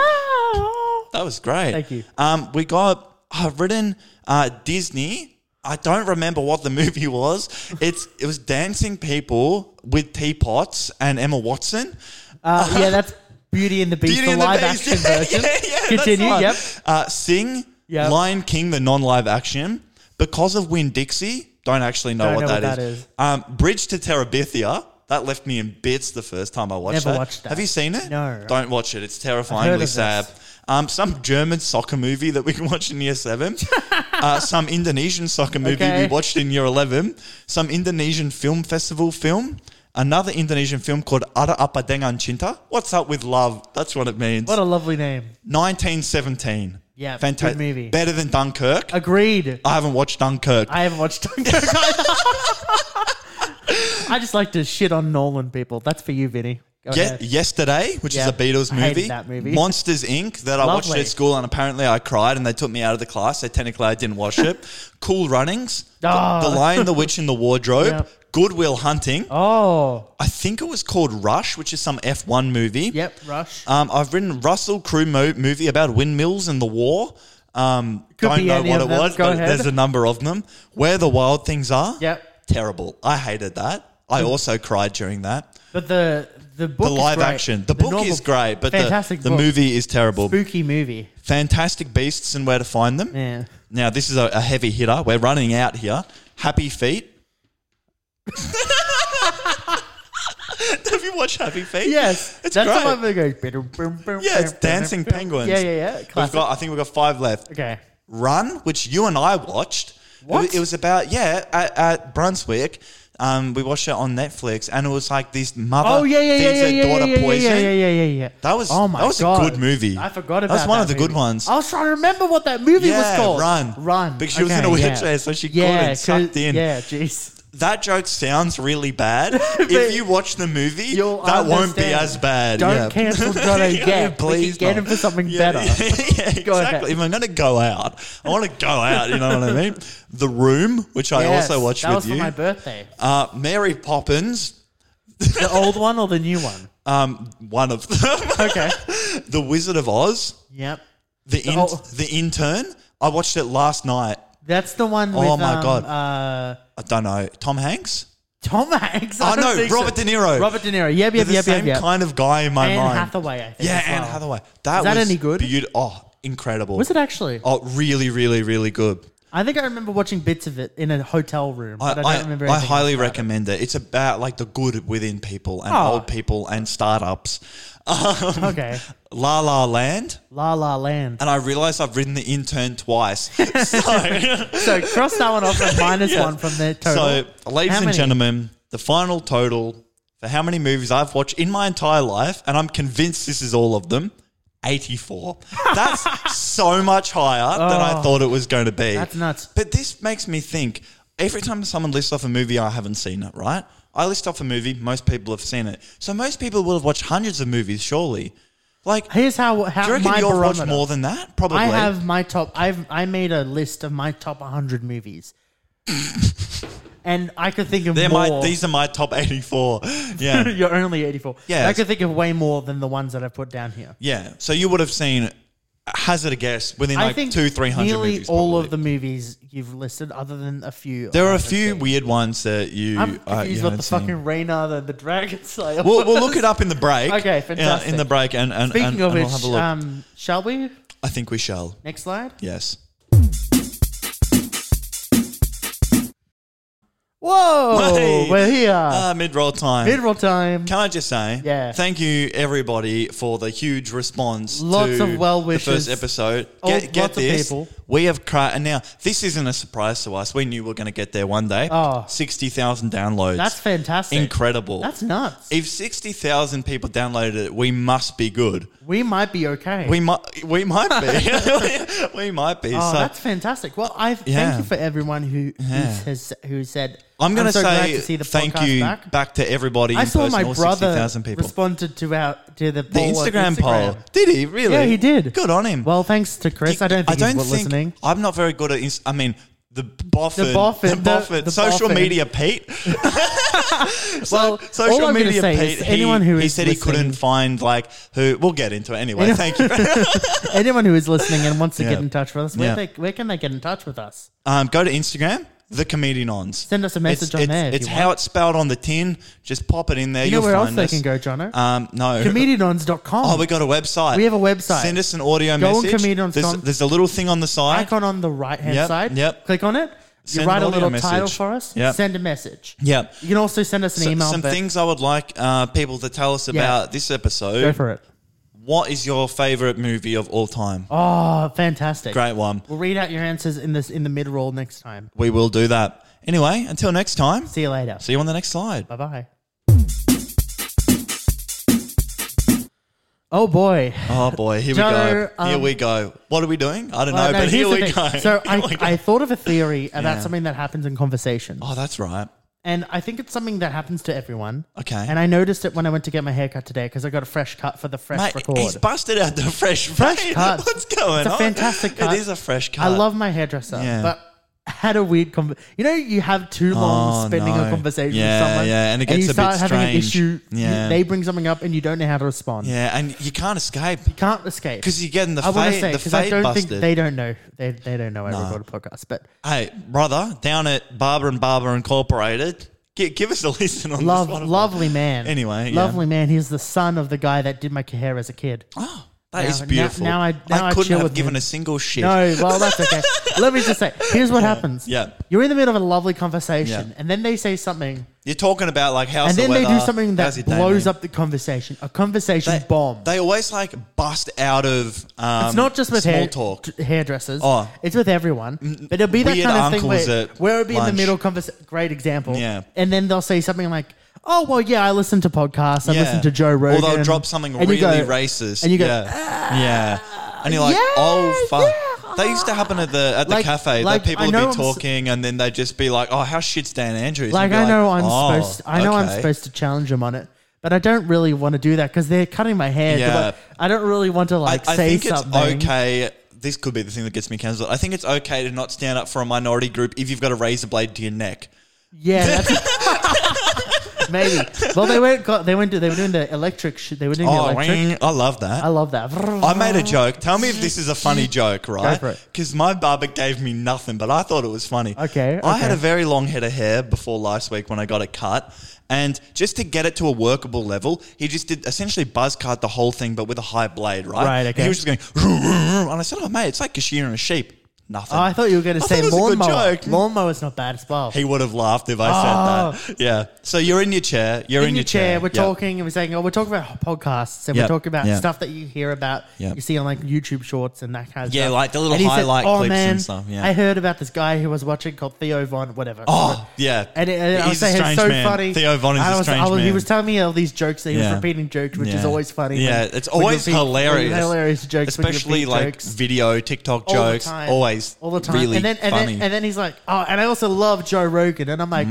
Speaker 1: That was great.
Speaker 2: Thank you.
Speaker 1: Um, we got I've written uh, Disney. I don't remember what the movie was. It's it was dancing people with teapots and Emma Watson.
Speaker 2: Uh, yeah, that's Beauty and the Beast,
Speaker 1: Beauty
Speaker 2: the
Speaker 1: and the
Speaker 2: live
Speaker 1: Beast.
Speaker 2: action
Speaker 1: Yeah,
Speaker 2: version.
Speaker 1: yeah, yeah, that's
Speaker 2: Continue.
Speaker 1: right.
Speaker 2: Yep.
Speaker 1: Uh, Sing,
Speaker 2: Yep.
Speaker 1: Lion King, the non-live action. Because of Win Dixie, don't actually know
Speaker 2: Don't
Speaker 1: what,
Speaker 2: know what
Speaker 1: that
Speaker 2: that
Speaker 1: is.
Speaker 2: is.
Speaker 1: Um, Bridge to Terabithia. That left me in bits the first time I watched,
Speaker 2: Never
Speaker 1: that.
Speaker 2: watched that.
Speaker 1: Have you seen it?
Speaker 2: No.
Speaker 1: Don't watch it. It's
Speaker 2: of
Speaker 1: terrifyingly
Speaker 2: this.
Speaker 1: sad. Um, some German soccer movie that we can watch in year seven. uh, some Indonesian soccer movie we
Speaker 2: Okay.
Speaker 1: watched in year 11. Some Indonesian film festival film. Another Indonesian film called Ada Apa Dengan Cinta. What's up with love? That's what it means.
Speaker 2: What a lovely name.
Speaker 1: 1917.
Speaker 2: Yeah,
Speaker 1: Fanta-
Speaker 2: good movie.
Speaker 1: Better than Dunkirk.
Speaker 2: Agreed.
Speaker 1: I haven't watched Dunkirk.
Speaker 2: I haven't watched Dunkirk either. I just like to shit on Nolan people. That's for you, Vinny. Go
Speaker 1: Ye-
Speaker 2: ahead.
Speaker 1: yesterday, which
Speaker 2: Yeah,
Speaker 1: is a Beatles
Speaker 2: I
Speaker 1: movie,
Speaker 2: hated that movie.
Speaker 1: Monsters Inc. that I watched
Speaker 2: Lovely.
Speaker 1: at school, and apparently I cried, and they took me out of the class. So technically, I didn't watch it. cool Runnings, The-
Speaker 2: Ah.
Speaker 1: The Lion, the Witch, and the Wardrobe,
Speaker 2: Yep.
Speaker 1: Goodwill Hunting.
Speaker 2: Oh,
Speaker 1: I think it was called Rush, which is some F1 movie.
Speaker 2: yep. Rush.
Speaker 1: Um, I've written Russell Crowe mo- movie about windmills and the war. Um,
Speaker 2: Could
Speaker 1: don't
Speaker 2: be
Speaker 1: know
Speaker 2: any
Speaker 1: what
Speaker 2: of
Speaker 1: it
Speaker 2: them.
Speaker 1: was,
Speaker 2: Go
Speaker 1: but
Speaker 2: ahead.
Speaker 1: there's a number of them. Where the wild things are.
Speaker 2: Yep.
Speaker 1: Terrible. I hated that. I also cried during that.
Speaker 2: But the the book
Speaker 1: The
Speaker 2: is
Speaker 1: live
Speaker 2: great.
Speaker 1: action. The, book
Speaker 2: novel-
Speaker 1: is great, but the,
Speaker 2: fantastic
Speaker 1: the
Speaker 2: book.
Speaker 1: movie is terrible.
Speaker 2: spooky movie.
Speaker 1: Fantastic Beasts and Where to Find Them.
Speaker 2: Yeah.
Speaker 1: Now, this is a, a heavy hitter. We're running out here. Happy Feet. Have you watched Happy Feet?
Speaker 2: Yes,
Speaker 1: It's
Speaker 2: that's
Speaker 1: great.
Speaker 2: the one that goes. "Boom, boom, boom,
Speaker 1: Yeah, it's
Speaker 2: boom,
Speaker 1: Dancing
Speaker 2: boom, boom."
Speaker 1: Penguins.
Speaker 2: Yeah, yeah, yeah.
Speaker 1: We've
Speaker 2: Classic.
Speaker 1: got, I think we've got five left.
Speaker 2: okay.
Speaker 1: Run, which you and I watched. It wa- It
Speaker 2: What?
Speaker 1: was, about, yeah, at, at Brunswick. Um, we watched it on Netflix, and it was like these mother
Speaker 2: Oh yeah, yeah, yeah,
Speaker 1: feeds
Speaker 2: yeah,
Speaker 1: her
Speaker 2: yeah,
Speaker 1: daughter
Speaker 2: yeah, yeah,
Speaker 1: poison.
Speaker 2: yeah, yeah, yeah, yeah.
Speaker 1: That was-
Speaker 2: oh my
Speaker 1: that was a
Speaker 2: God.
Speaker 1: good movie.
Speaker 2: I forgot
Speaker 1: That
Speaker 2: about
Speaker 1: was one of the
Speaker 2: movie.
Speaker 1: good ones.
Speaker 2: I was trying to remember what that movie
Speaker 1: Yeah,
Speaker 2: was called.
Speaker 1: Run.
Speaker 2: run.
Speaker 1: Because she was in a wheelchair, so she
Speaker 2: yeah,
Speaker 1: couldn't, sucked
Speaker 2: 'cause-
Speaker 1: in.
Speaker 2: Yeah, jeez.
Speaker 1: That joke sounds really bad.
Speaker 2: But
Speaker 1: if you watch the movie, that
Speaker 2: you'll
Speaker 1: won't be
Speaker 2: understand.
Speaker 1: as bad.
Speaker 2: Don't
Speaker 1: yeah.
Speaker 2: cancel Jono
Speaker 1: Yeah,
Speaker 2: yet.
Speaker 1: please
Speaker 2: Please get
Speaker 1: not.
Speaker 2: him for something
Speaker 1: Yeah,
Speaker 2: better.
Speaker 1: yeah,
Speaker 2: Go ahead.
Speaker 1: exactly. If I'm going to go out, I want to go out. You know what I mean? The Room, which I
Speaker 2: Yes,
Speaker 1: also watched
Speaker 2: that
Speaker 1: with
Speaker 2: was
Speaker 1: you.
Speaker 2: for my birthday.
Speaker 1: uh, Mary Poppins,
Speaker 2: The old one or the new one?
Speaker 1: um, one of them.
Speaker 2: Okay.
Speaker 1: the Wizard of Oz,
Speaker 2: yep.
Speaker 1: the in-
Speaker 2: oh.
Speaker 1: the intern. I watched it last night.
Speaker 2: That's the one.
Speaker 1: Oh
Speaker 2: with,
Speaker 1: my
Speaker 2: um,
Speaker 1: God.
Speaker 2: Uh,
Speaker 1: I don't know. Tom Hanks.
Speaker 2: Tom Hanks.
Speaker 1: Oh
Speaker 2: I don't
Speaker 1: no,
Speaker 2: think
Speaker 1: Robert
Speaker 2: so.
Speaker 1: De Niro.
Speaker 2: Robert De Niro.
Speaker 1: They're
Speaker 2: Yep, yep,
Speaker 1: the
Speaker 2: yep, yep,
Speaker 1: same
Speaker 2: yep.
Speaker 1: kind of guy in my
Speaker 2: Anne
Speaker 1: mind.
Speaker 2: Hathaway, I think.
Speaker 1: Yeah,
Speaker 2: as well.
Speaker 1: Anne Hathaway. That
Speaker 2: Is that
Speaker 1: was
Speaker 2: any good?
Speaker 1: beaut- oh, incredible.
Speaker 2: Was it actually?
Speaker 1: Oh, really, really, really good.
Speaker 2: I think I remember watching bits of it in a hotel room.
Speaker 1: I,
Speaker 2: But I,
Speaker 1: I-
Speaker 2: don't remember.
Speaker 1: I
Speaker 2: anything
Speaker 1: highly
Speaker 2: else.
Speaker 1: recommend it. It's about like the good within people and
Speaker 2: Oh.
Speaker 1: old people and startups. Um,
Speaker 2: Okay.
Speaker 1: La La Land.
Speaker 2: La La Land.
Speaker 1: And I realized I've written the intern twice. so,
Speaker 2: So cross that one off and minus
Speaker 1: Yeah.
Speaker 2: one from the
Speaker 1: so,
Speaker 2: total.
Speaker 1: ladies
Speaker 2: How
Speaker 1: and
Speaker 2: many?
Speaker 1: gentlemen, the final total for how many movies I've watched in my entire life, and I'm convinced this is all of them. 84. That's so much higher than I
Speaker 2: Oh.
Speaker 1: thought it was going to be.
Speaker 2: That's nuts.
Speaker 1: But this makes me think every time someone lists off a movie, I haven't seen it, right? I list off a movie, most people have seen it. So most people will have watched hundreds of movies, surely. Like, do
Speaker 2: Here's how how
Speaker 1: you reckon
Speaker 2: my
Speaker 1: you've watched
Speaker 2: barometer.
Speaker 1: more than that? Probably.
Speaker 2: I have my top. I've I made a list of my top 100 movies, and I could think of
Speaker 1: They're my,
Speaker 2: more.
Speaker 1: these are my top 84. Yeah.
Speaker 2: You're only 84.
Speaker 1: Yes.
Speaker 2: I could think of way more than the ones that I put down here.
Speaker 1: yeah. So you would have seen hazard a guess within
Speaker 2: I
Speaker 1: like
Speaker 2: think
Speaker 1: two, three hundred
Speaker 2: nearly
Speaker 1: movies.
Speaker 2: all
Speaker 1: probably.
Speaker 2: of the movies you've listed, other than a few.
Speaker 1: There are a
Speaker 2: I've
Speaker 1: few
Speaker 2: seen.
Speaker 1: weird ones that you.
Speaker 2: I'm
Speaker 1: uh, you
Speaker 2: confused what
Speaker 1: haven't
Speaker 2: the
Speaker 1: seen.
Speaker 2: fucking Reina, the, the dragon slayer.
Speaker 1: We'll, we'll
Speaker 2: was.
Speaker 1: look it up in the break.
Speaker 2: Okay,
Speaker 1: uh,
Speaker 2: fantastic.
Speaker 1: in the break, and, and,
Speaker 2: Speaking
Speaker 1: and, and
Speaker 2: of which,
Speaker 1: we'll have a look.
Speaker 2: um, shall we?
Speaker 1: I think we shall.
Speaker 2: Next slide.
Speaker 1: Yes.
Speaker 2: Whoa,
Speaker 1: Hey.
Speaker 2: Oh, we're here.
Speaker 1: Uh, mid roll time.
Speaker 2: Mid roll time.
Speaker 1: Can I just say,
Speaker 2: Yeah.
Speaker 1: thank you everybody for the huge response.
Speaker 2: Lots
Speaker 1: to
Speaker 2: of well
Speaker 1: The
Speaker 2: wishes.
Speaker 1: first episode.
Speaker 2: Oh,
Speaker 1: Get, get
Speaker 2: lots of
Speaker 1: this.
Speaker 2: people.
Speaker 1: We have cried, and now this isn't a surprise to us. We knew we were going to get there one day.
Speaker 2: Oh.
Speaker 1: sixty thousand downloads.
Speaker 2: That's fantastic.
Speaker 1: incredible.
Speaker 2: That's nuts.
Speaker 1: if sixty thousand people downloaded it, we must be good.
Speaker 2: we might be okay.
Speaker 1: We might, we might be, we might be.
Speaker 2: Oh,
Speaker 1: so
Speaker 2: that's fantastic. Well, I
Speaker 1: Yeah.
Speaker 2: thank you for everyone who who has who said
Speaker 1: I'm going
Speaker 2: so glad
Speaker 1: say
Speaker 2: to see the
Speaker 1: thank
Speaker 2: podcast
Speaker 1: you
Speaker 2: back.
Speaker 1: back. to everybody.
Speaker 2: I
Speaker 1: in
Speaker 2: saw
Speaker 1: person,
Speaker 2: my
Speaker 1: all
Speaker 2: brother
Speaker 1: 60,000 people.
Speaker 2: responded to our to the,
Speaker 1: the
Speaker 2: poll on
Speaker 1: Instagram, poll. Did he really?
Speaker 2: Yeah, he did.
Speaker 1: Good on him.
Speaker 2: Well, thanks to Chris. I don't think he's listening.
Speaker 1: I'm not very good at. Ins- I mean, the boffin,
Speaker 2: The boffin,
Speaker 1: the
Speaker 2: the-
Speaker 1: boffin,
Speaker 2: the
Speaker 1: social
Speaker 2: boffin.
Speaker 1: media, Pete.
Speaker 2: Well,
Speaker 1: social
Speaker 2: all I'm gonna
Speaker 1: media,
Speaker 2: say
Speaker 1: Pete.
Speaker 2: is anyone
Speaker 1: he,
Speaker 2: who
Speaker 1: he
Speaker 2: is
Speaker 1: said he couldn't
Speaker 2: listening-
Speaker 1: find like who. We'll get into it anyway.
Speaker 2: Anyone-
Speaker 1: Thank you.
Speaker 2: Anyone who is listening and wants to
Speaker 1: Yeah.
Speaker 2: get in touch with us, where,
Speaker 1: Yeah.
Speaker 2: they, where can they get in touch with us?
Speaker 1: Um, go to Instagram. The comedian ons.
Speaker 2: Send us a message
Speaker 1: it's,
Speaker 2: on
Speaker 1: it's,
Speaker 2: there if
Speaker 1: It's
Speaker 2: you
Speaker 1: how it's spelled on the tin. Just pop it in there.
Speaker 2: You know
Speaker 1: You'll
Speaker 2: where else
Speaker 1: find
Speaker 2: they
Speaker 1: us.
Speaker 2: can go, Jono?
Speaker 1: Um, no.
Speaker 2: Comedians.com.
Speaker 1: Oh, we got a website.
Speaker 2: We have a website.
Speaker 1: Send us an audio
Speaker 2: Go on
Speaker 1: message.
Speaker 2: comedians.com.
Speaker 1: There's, there's a little thing on the side.
Speaker 2: Icon on the right hand
Speaker 1: Yep,
Speaker 2: side.
Speaker 1: yep.
Speaker 2: Click on it.
Speaker 1: Send
Speaker 2: you write
Speaker 1: an
Speaker 2: a
Speaker 1: audio
Speaker 2: little title
Speaker 1: message.
Speaker 2: for us.
Speaker 1: Yep.
Speaker 2: Send a message.
Speaker 1: Yep.
Speaker 2: You can also send us an
Speaker 1: So-
Speaker 2: email.
Speaker 1: some
Speaker 2: but
Speaker 1: things I would like uh, people to tell us about this
Speaker 2: Go
Speaker 1: episode.
Speaker 2: for it.
Speaker 1: What is your favorite movie of all time?
Speaker 2: Oh, fantastic.
Speaker 1: Great one.
Speaker 2: We'll read out your answers in this in the mid roll next time.
Speaker 1: We will do that. Anyway, until next time,
Speaker 2: See you later.
Speaker 1: see you on the next slide.
Speaker 2: Bye bye. Oh boy.
Speaker 1: Oh boy, here
Speaker 2: Jono,
Speaker 1: we go. Here
Speaker 2: um,
Speaker 1: we go. What are we doing? I don't
Speaker 2: Well,
Speaker 1: know,
Speaker 2: no,
Speaker 1: but
Speaker 2: here's
Speaker 1: here
Speaker 2: the
Speaker 1: we
Speaker 2: thing.
Speaker 1: go.
Speaker 2: So
Speaker 1: Here we
Speaker 2: I,
Speaker 1: go.
Speaker 2: I thought of a theory about
Speaker 1: Yeah.
Speaker 2: something that happens in conversation.
Speaker 1: oh, that's right.
Speaker 2: And I think it's something that happens to everyone.
Speaker 1: Okay.
Speaker 2: And I noticed it when I went to get my haircut today because I got a fresh cut for the fresh
Speaker 1: Mate,
Speaker 2: record.
Speaker 1: he's busted out the fresh
Speaker 2: Fresh
Speaker 1: fade.
Speaker 2: cut.
Speaker 1: What's going
Speaker 2: It's a
Speaker 1: on?
Speaker 2: fantastic cut.
Speaker 1: It is a fresh cut.
Speaker 2: I love my hairdresser,
Speaker 1: Yeah.
Speaker 2: but I had a weird con You know, you have too long
Speaker 1: Oh,
Speaker 2: spending
Speaker 1: no.
Speaker 2: a conversation
Speaker 1: Yeah,
Speaker 2: with someone,
Speaker 1: yeah, and it gets
Speaker 2: you
Speaker 1: a
Speaker 2: start
Speaker 1: bit
Speaker 2: having an
Speaker 1: strange.
Speaker 2: issue. you-
Speaker 1: Yeah.
Speaker 2: they bring something up, and you don't know how to respond.
Speaker 1: Yeah, and you can't escape
Speaker 2: Can't escape.
Speaker 1: because you're getting the
Speaker 2: I want to
Speaker 1: fade,
Speaker 2: say
Speaker 1: the
Speaker 2: because I
Speaker 1: fade
Speaker 2: don't
Speaker 1: busted.
Speaker 2: think they don't know. They, they don't know I record a podcast, but
Speaker 1: Hey, brother, down at Barber and Barber Incorporated, give, give us a listen on
Speaker 2: love,
Speaker 1: this one.
Speaker 2: lovely man.
Speaker 1: Anyway, yeah.
Speaker 2: lovely man. He's the son of the guy that did my hair as a kid.
Speaker 1: Oh, that
Speaker 2: Now-
Speaker 1: is
Speaker 2: now-
Speaker 1: beautiful.
Speaker 2: now I- now I
Speaker 1: couldn't
Speaker 2: chill
Speaker 1: have
Speaker 2: with
Speaker 1: given
Speaker 2: him.
Speaker 1: a single shit.
Speaker 2: No, well, that's okay. Let me just say, here's what happens.
Speaker 1: yeah.
Speaker 2: You're in the middle of a lovely conversation,
Speaker 1: Yeah.
Speaker 2: and then they say something,
Speaker 1: You're talking about like how's
Speaker 2: and then
Speaker 1: the
Speaker 2: they
Speaker 1: weather,
Speaker 2: do something
Speaker 1: how's your
Speaker 2: that
Speaker 1: day
Speaker 2: blows
Speaker 1: been?
Speaker 2: up the conversation. A conversation
Speaker 1: They,
Speaker 2: bomb.
Speaker 1: They always like bust out of. Um,
Speaker 2: it's not just with
Speaker 1: small
Speaker 2: hair,
Speaker 1: talk.
Speaker 2: d- hairdressers.
Speaker 1: Oh. Mm,
Speaker 2: It's with everyone. But it'll be that
Speaker 1: weird
Speaker 2: kind of thing
Speaker 1: uncles
Speaker 2: where,
Speaker 1: at
Speaker 2: where it'll be in
Speaker 1: lunch.
Speaker 2: the middle conversation. Great example.
Speaker 1: Yeah.
Speaker 2: And then they'll say something like, Oh well, yeah. I listen to podcasts. I
Speaker 1: Yeah.
Speaker 2: listen to Joe
Speaker 1: Or
Speaker 2: Rogan.
Speaker 1: they'll drop something
Speaker 2: and
Speaker 1: really
Speaker 2: you go-
Speaker 1: racist.
Speaker 2: and you go, "Ah,
Speaker 1: yeah. yeah. And you're like, oh
Speaker 2: yeah,
Speaker 1: fuck.
Speaker 2: yeah.
Speaker 1: They used to happen at the at the
Speaker 2: Like-
Speaker 1: cafe.
Speaker 2: like,
Speaker 1: that people
Speaker 2: I
Speaker 1: would
Speaker 2: know I'm
Speaker 1: be
Speaker 2: s-
Speaker 1: talking, and then they'd just be like, "Oh, how shit's Dan Andrews?" And
Speaker 2: Like
Speaker 1: be
Speaker 2: I know I'm
Speaker 1: "Oh,
Speaker 2: supposed, I know I'm
Speaker 1: okay."
Speaker 2: supposed to challenge them on it, but I don't really want to do that because they're cutting my hair.
Speaker 1: Yeah.
Speaker 2: Like, I don't really want to like
Speaker 1: I, I
Speaker 2: say
Speaker 1: think
Speaker 2: something.
Speaker 1: it's okay. This could be the thing that gets me cancelled. I think it's okay to not stand up for a minority group if you've got a razor blade to your neck.
Speaker 2: Yeah, that's maybe. Well, they weren't. Got, they went. They were doing the electric. Sh- they were doing the
Speaker 1: Oh,
Speaker 2: electric.
Speaker 1: ring. I love that.
Speaker 2: I love that.
Speaker 1: I made a joke. Tell me if this is a funny joke, right?
Speaker 2: for it.
Speaker 1: Because my barber gave me nothing, but I thought it was funny.
Speaker 2: Okay,
Speaker 1: I had
Speaker 2: okay.
Speaker 1: a very long head of hair before last week when I got it cut. And just to get it to a workable level, he just did essentially buzz cut the whole thing, but with a high blade, right?
Speaker 2: Right,
Speaker 1: And
Speaker 2: okay.
Speaker 1: he was just going, "Roo, roo, roo," and I said, oh, mate, it's like shearing a sheep. Nothing.
Speaker 2: Oh, I thought you were going to
Speaker 1: I
Speaker 2: say
Speaker 1: thought it was a good
Speaker 2: lawnmower.
Speaker 1: joke.
Speaker 2: Lawnmower's not bad as well.
Speaker 1: He would have laughed if I said that. Yeah. So you're in your chair. You're in,
Speaker 2: Oh. in your chair, we're
Speaker 1: Yeah.
Speaker 2: talking and we're saying, oh, we're talking about podcasts and
Speaker 1: Yep,
Speaker 2: we're talking about
Speaker 1: yeah.
Speaker 2: stuff that you hear about,
Speaker 1: Yep.
Speaker 2: you see on like YouTube shorts and that kind of
Speaker 1: Yeah,
Speaker 2: stuff.
Speaker 1: like the little
Speaker 2: And he
Speaker 1: highlight
Speaker 2: oh,
Speaker 1: clips
Speaker 2: man,
Speaker 1: and stuff, yeah.
Speaker 2: I heard about this guy who was watching called Theo Von, whatever.
Speaker 1: Oh, yeah.
Speaker 2: And, uh, it, and I was
Speaker 1: He's a
Speaker 2: saying, it's
Speaker 1: strange
Speaker 2: so
Speaker 1: man.
Speaker 2: funny.
Speaker 1: Theo Von is
Speaker 2: I
Speaker 1: a
Speaker 2: was,
Speaker 1: strange
Speaker 2: I was, He
Speaker 1: man.
Speaker 2: was telling me all these jokes that he
Speaker 1: Yeah.
Speaker 2: was repeating jokes, which is
Speaker 1: Yeah.
Speaker 2: always funny.
Speaker 1: Yeah,
Speaker 2: when-
Speaker 1: it's
Speaker 2: when you
Speaker 1: always
Speaker 2: repeat- when you
Speaker 1: hilarious.
Speaker 2: Hilarious jokes, when you
Speaker 1: especially
Speaker 2: repeat
Speaker 1: like
Speaker 2: jokes.
Speaker 1: video TikTok
Speaker 2: All the
Speaker 1: jokes.
Speaker 2: time.
Speaker 1: Always,
Speaker 2: all the time.
Speaker 1: Really
Speaker 2: and then and
Speaker 1: funny.
Speaker 2: then and then he's like, oh, and I also love Joe Rogan, and I'm like,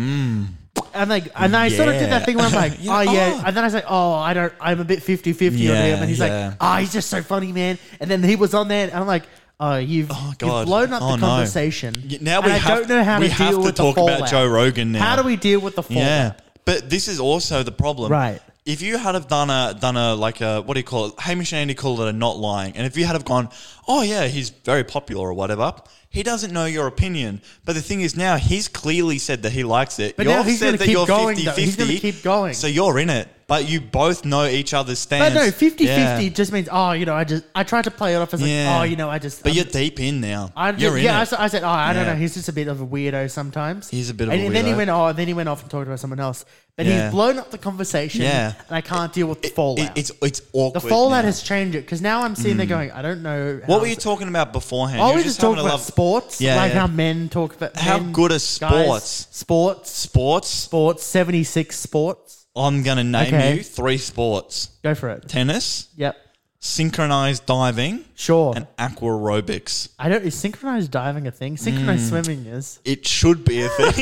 Speaker 2: I'm like, and I sort of
Speaker 1: Mm.
Speaker 2: did
Speaker 1: Yeah.
Speaker 2: that thing where I'm like,
Speaker 1: You're
Speaker 2: oh
Speaker 1: like,
Speaker 2: yeah,
Speaker 1: oh.
Speaker 2: and then I was like, oh, I don't, I'm a bit 50 50 on
Speaker 1: Yeah,
Speaker 2: him, and he's
Speaker 1: yeah.
Speaker 2: like, oh, he's just so funny, man. And then he was on there, and I'm like. Oh, you've,
Speaker 1: God.
Speaker 2: you've blown up
Speaker 1: Oh,
Speaker 2: the
Speaker 1: no.
Speaker 2: conversation.
Speaker 1: Y- now we
Speaker 2: and I
Speaker 1: have-
Speaker 2: don't know how
Speaker 1: we
Speaker 2: to
Speaker 1: have
Speaker 2: deal
Speaker 1: to
Speaker 2: with
Speaker 1: talk
Speaker 2: the
Speaker 1: about
Speaker 2: fallout.
Speaker 1: Joe Rogan now.
Speaker 2: How do we deal with the fallout?
Speaker 1: yeah. But this is also the problem.
Speaker 2: Right.
Speaker 1: if you had have done a done a like a what do you call it? Hamish and Andy call it a not lying. And if you had have gone, oh yeah, he's very popular or whatever. He doesn't know your opinion, but the thing is now he's clearly said that he likes it.
Speaker 2: But
Speaker 1: You've
Speaker 2: now he's
Speaker 1: said
Speaker 2: gonna
Speaker 1: that
Speaker 2: keep
Speaker 1: you're
Speaker 2: going,
Speaker 1: 50
Speaker 2: though. He's gonna
Speaker 1: 50,
Speaker 2: keep going.
Speaker 1: So you're in it, but you both know each other's
Speaker 2: But
Speaker 1: stance.
Speaker 2: no, 50
Speaker 1: Yeah.
Speaker 2: 50 just means, oh, you know, I just, I tried to play it off as like,
Speaker 1: Yeah.
Speaker 2: oh, you know, I just.
Speaker 1: But
Speaker 2: I'm-
Speaker 1: you're deep in now.
Speaker 2: I
Speaker 1: you're in
Speaker 2: yeah, I
Speaker 1: it.
Speaker 2: s- I, said, oh, I don't
Speaker 1: Yeah.
Speaker 2: know. He's just a bit of a weirdo sometimes.
Speaker 1: He's a bit of
Speaker 2: and
Speaker 1: a
Speaker 2: And then he
Speaker 1: weirdo.
Speaker 2: went, oh, and then he went off and talked about someone else. But
Speaker 1: Yeah.
Speaker 2: he's blown up the conversation,
Speaker 1: Yeah.
Speaker 2: and I can't deal with the
Speaker 1: It-
Speaker 2: fallout.
Speaker 1: it- it's it's awkward.
Speaker 2: the fallout
Speaker 1: now.
Speaker 2: has changed it because now I'm sitting there going, I don't know. how
Speaker 1: What were you
Speaker 2: to-
Speaker 1: talking about beforehand?
Speaker 2: Oh,
Speaker 1: You were
Speaker 2: we just
Speaker 1: having
Speaker 2: talked
Speaker 1: a
Speaker 2: about
Speaker 1: love-
Speaker 2: sports,
Speaker 1: Yeah,
Speaker 2: like
Speaker 1: yeah.
Speaker 2: how men talk about
Speaker 1: How
Speaker 2: men,
Speaker 1: good are
Speaker 2: guys,
Speaker 1: sports?
Speaker 2: sports,
Speaker 1: Sports.
Speaker 2: sports, seventy six sports.
Speaker 1: I'm going to name
Speaker 2: Okay.
Speaker 1: you three sports
Speaker 2: Go for it.
Speaker 1: tennis,
Speaker 2: Yep,
Speaker 1: synchronized diving,
Speaker 2: sure.
Speaker 1: and aquarobics.
Speaker 2: I don't. Is synchronized diving a thing? Synchronized
Speaker 1: Hmm.
Speaker 2: swimming is.
Speaker 1: It should be a thing.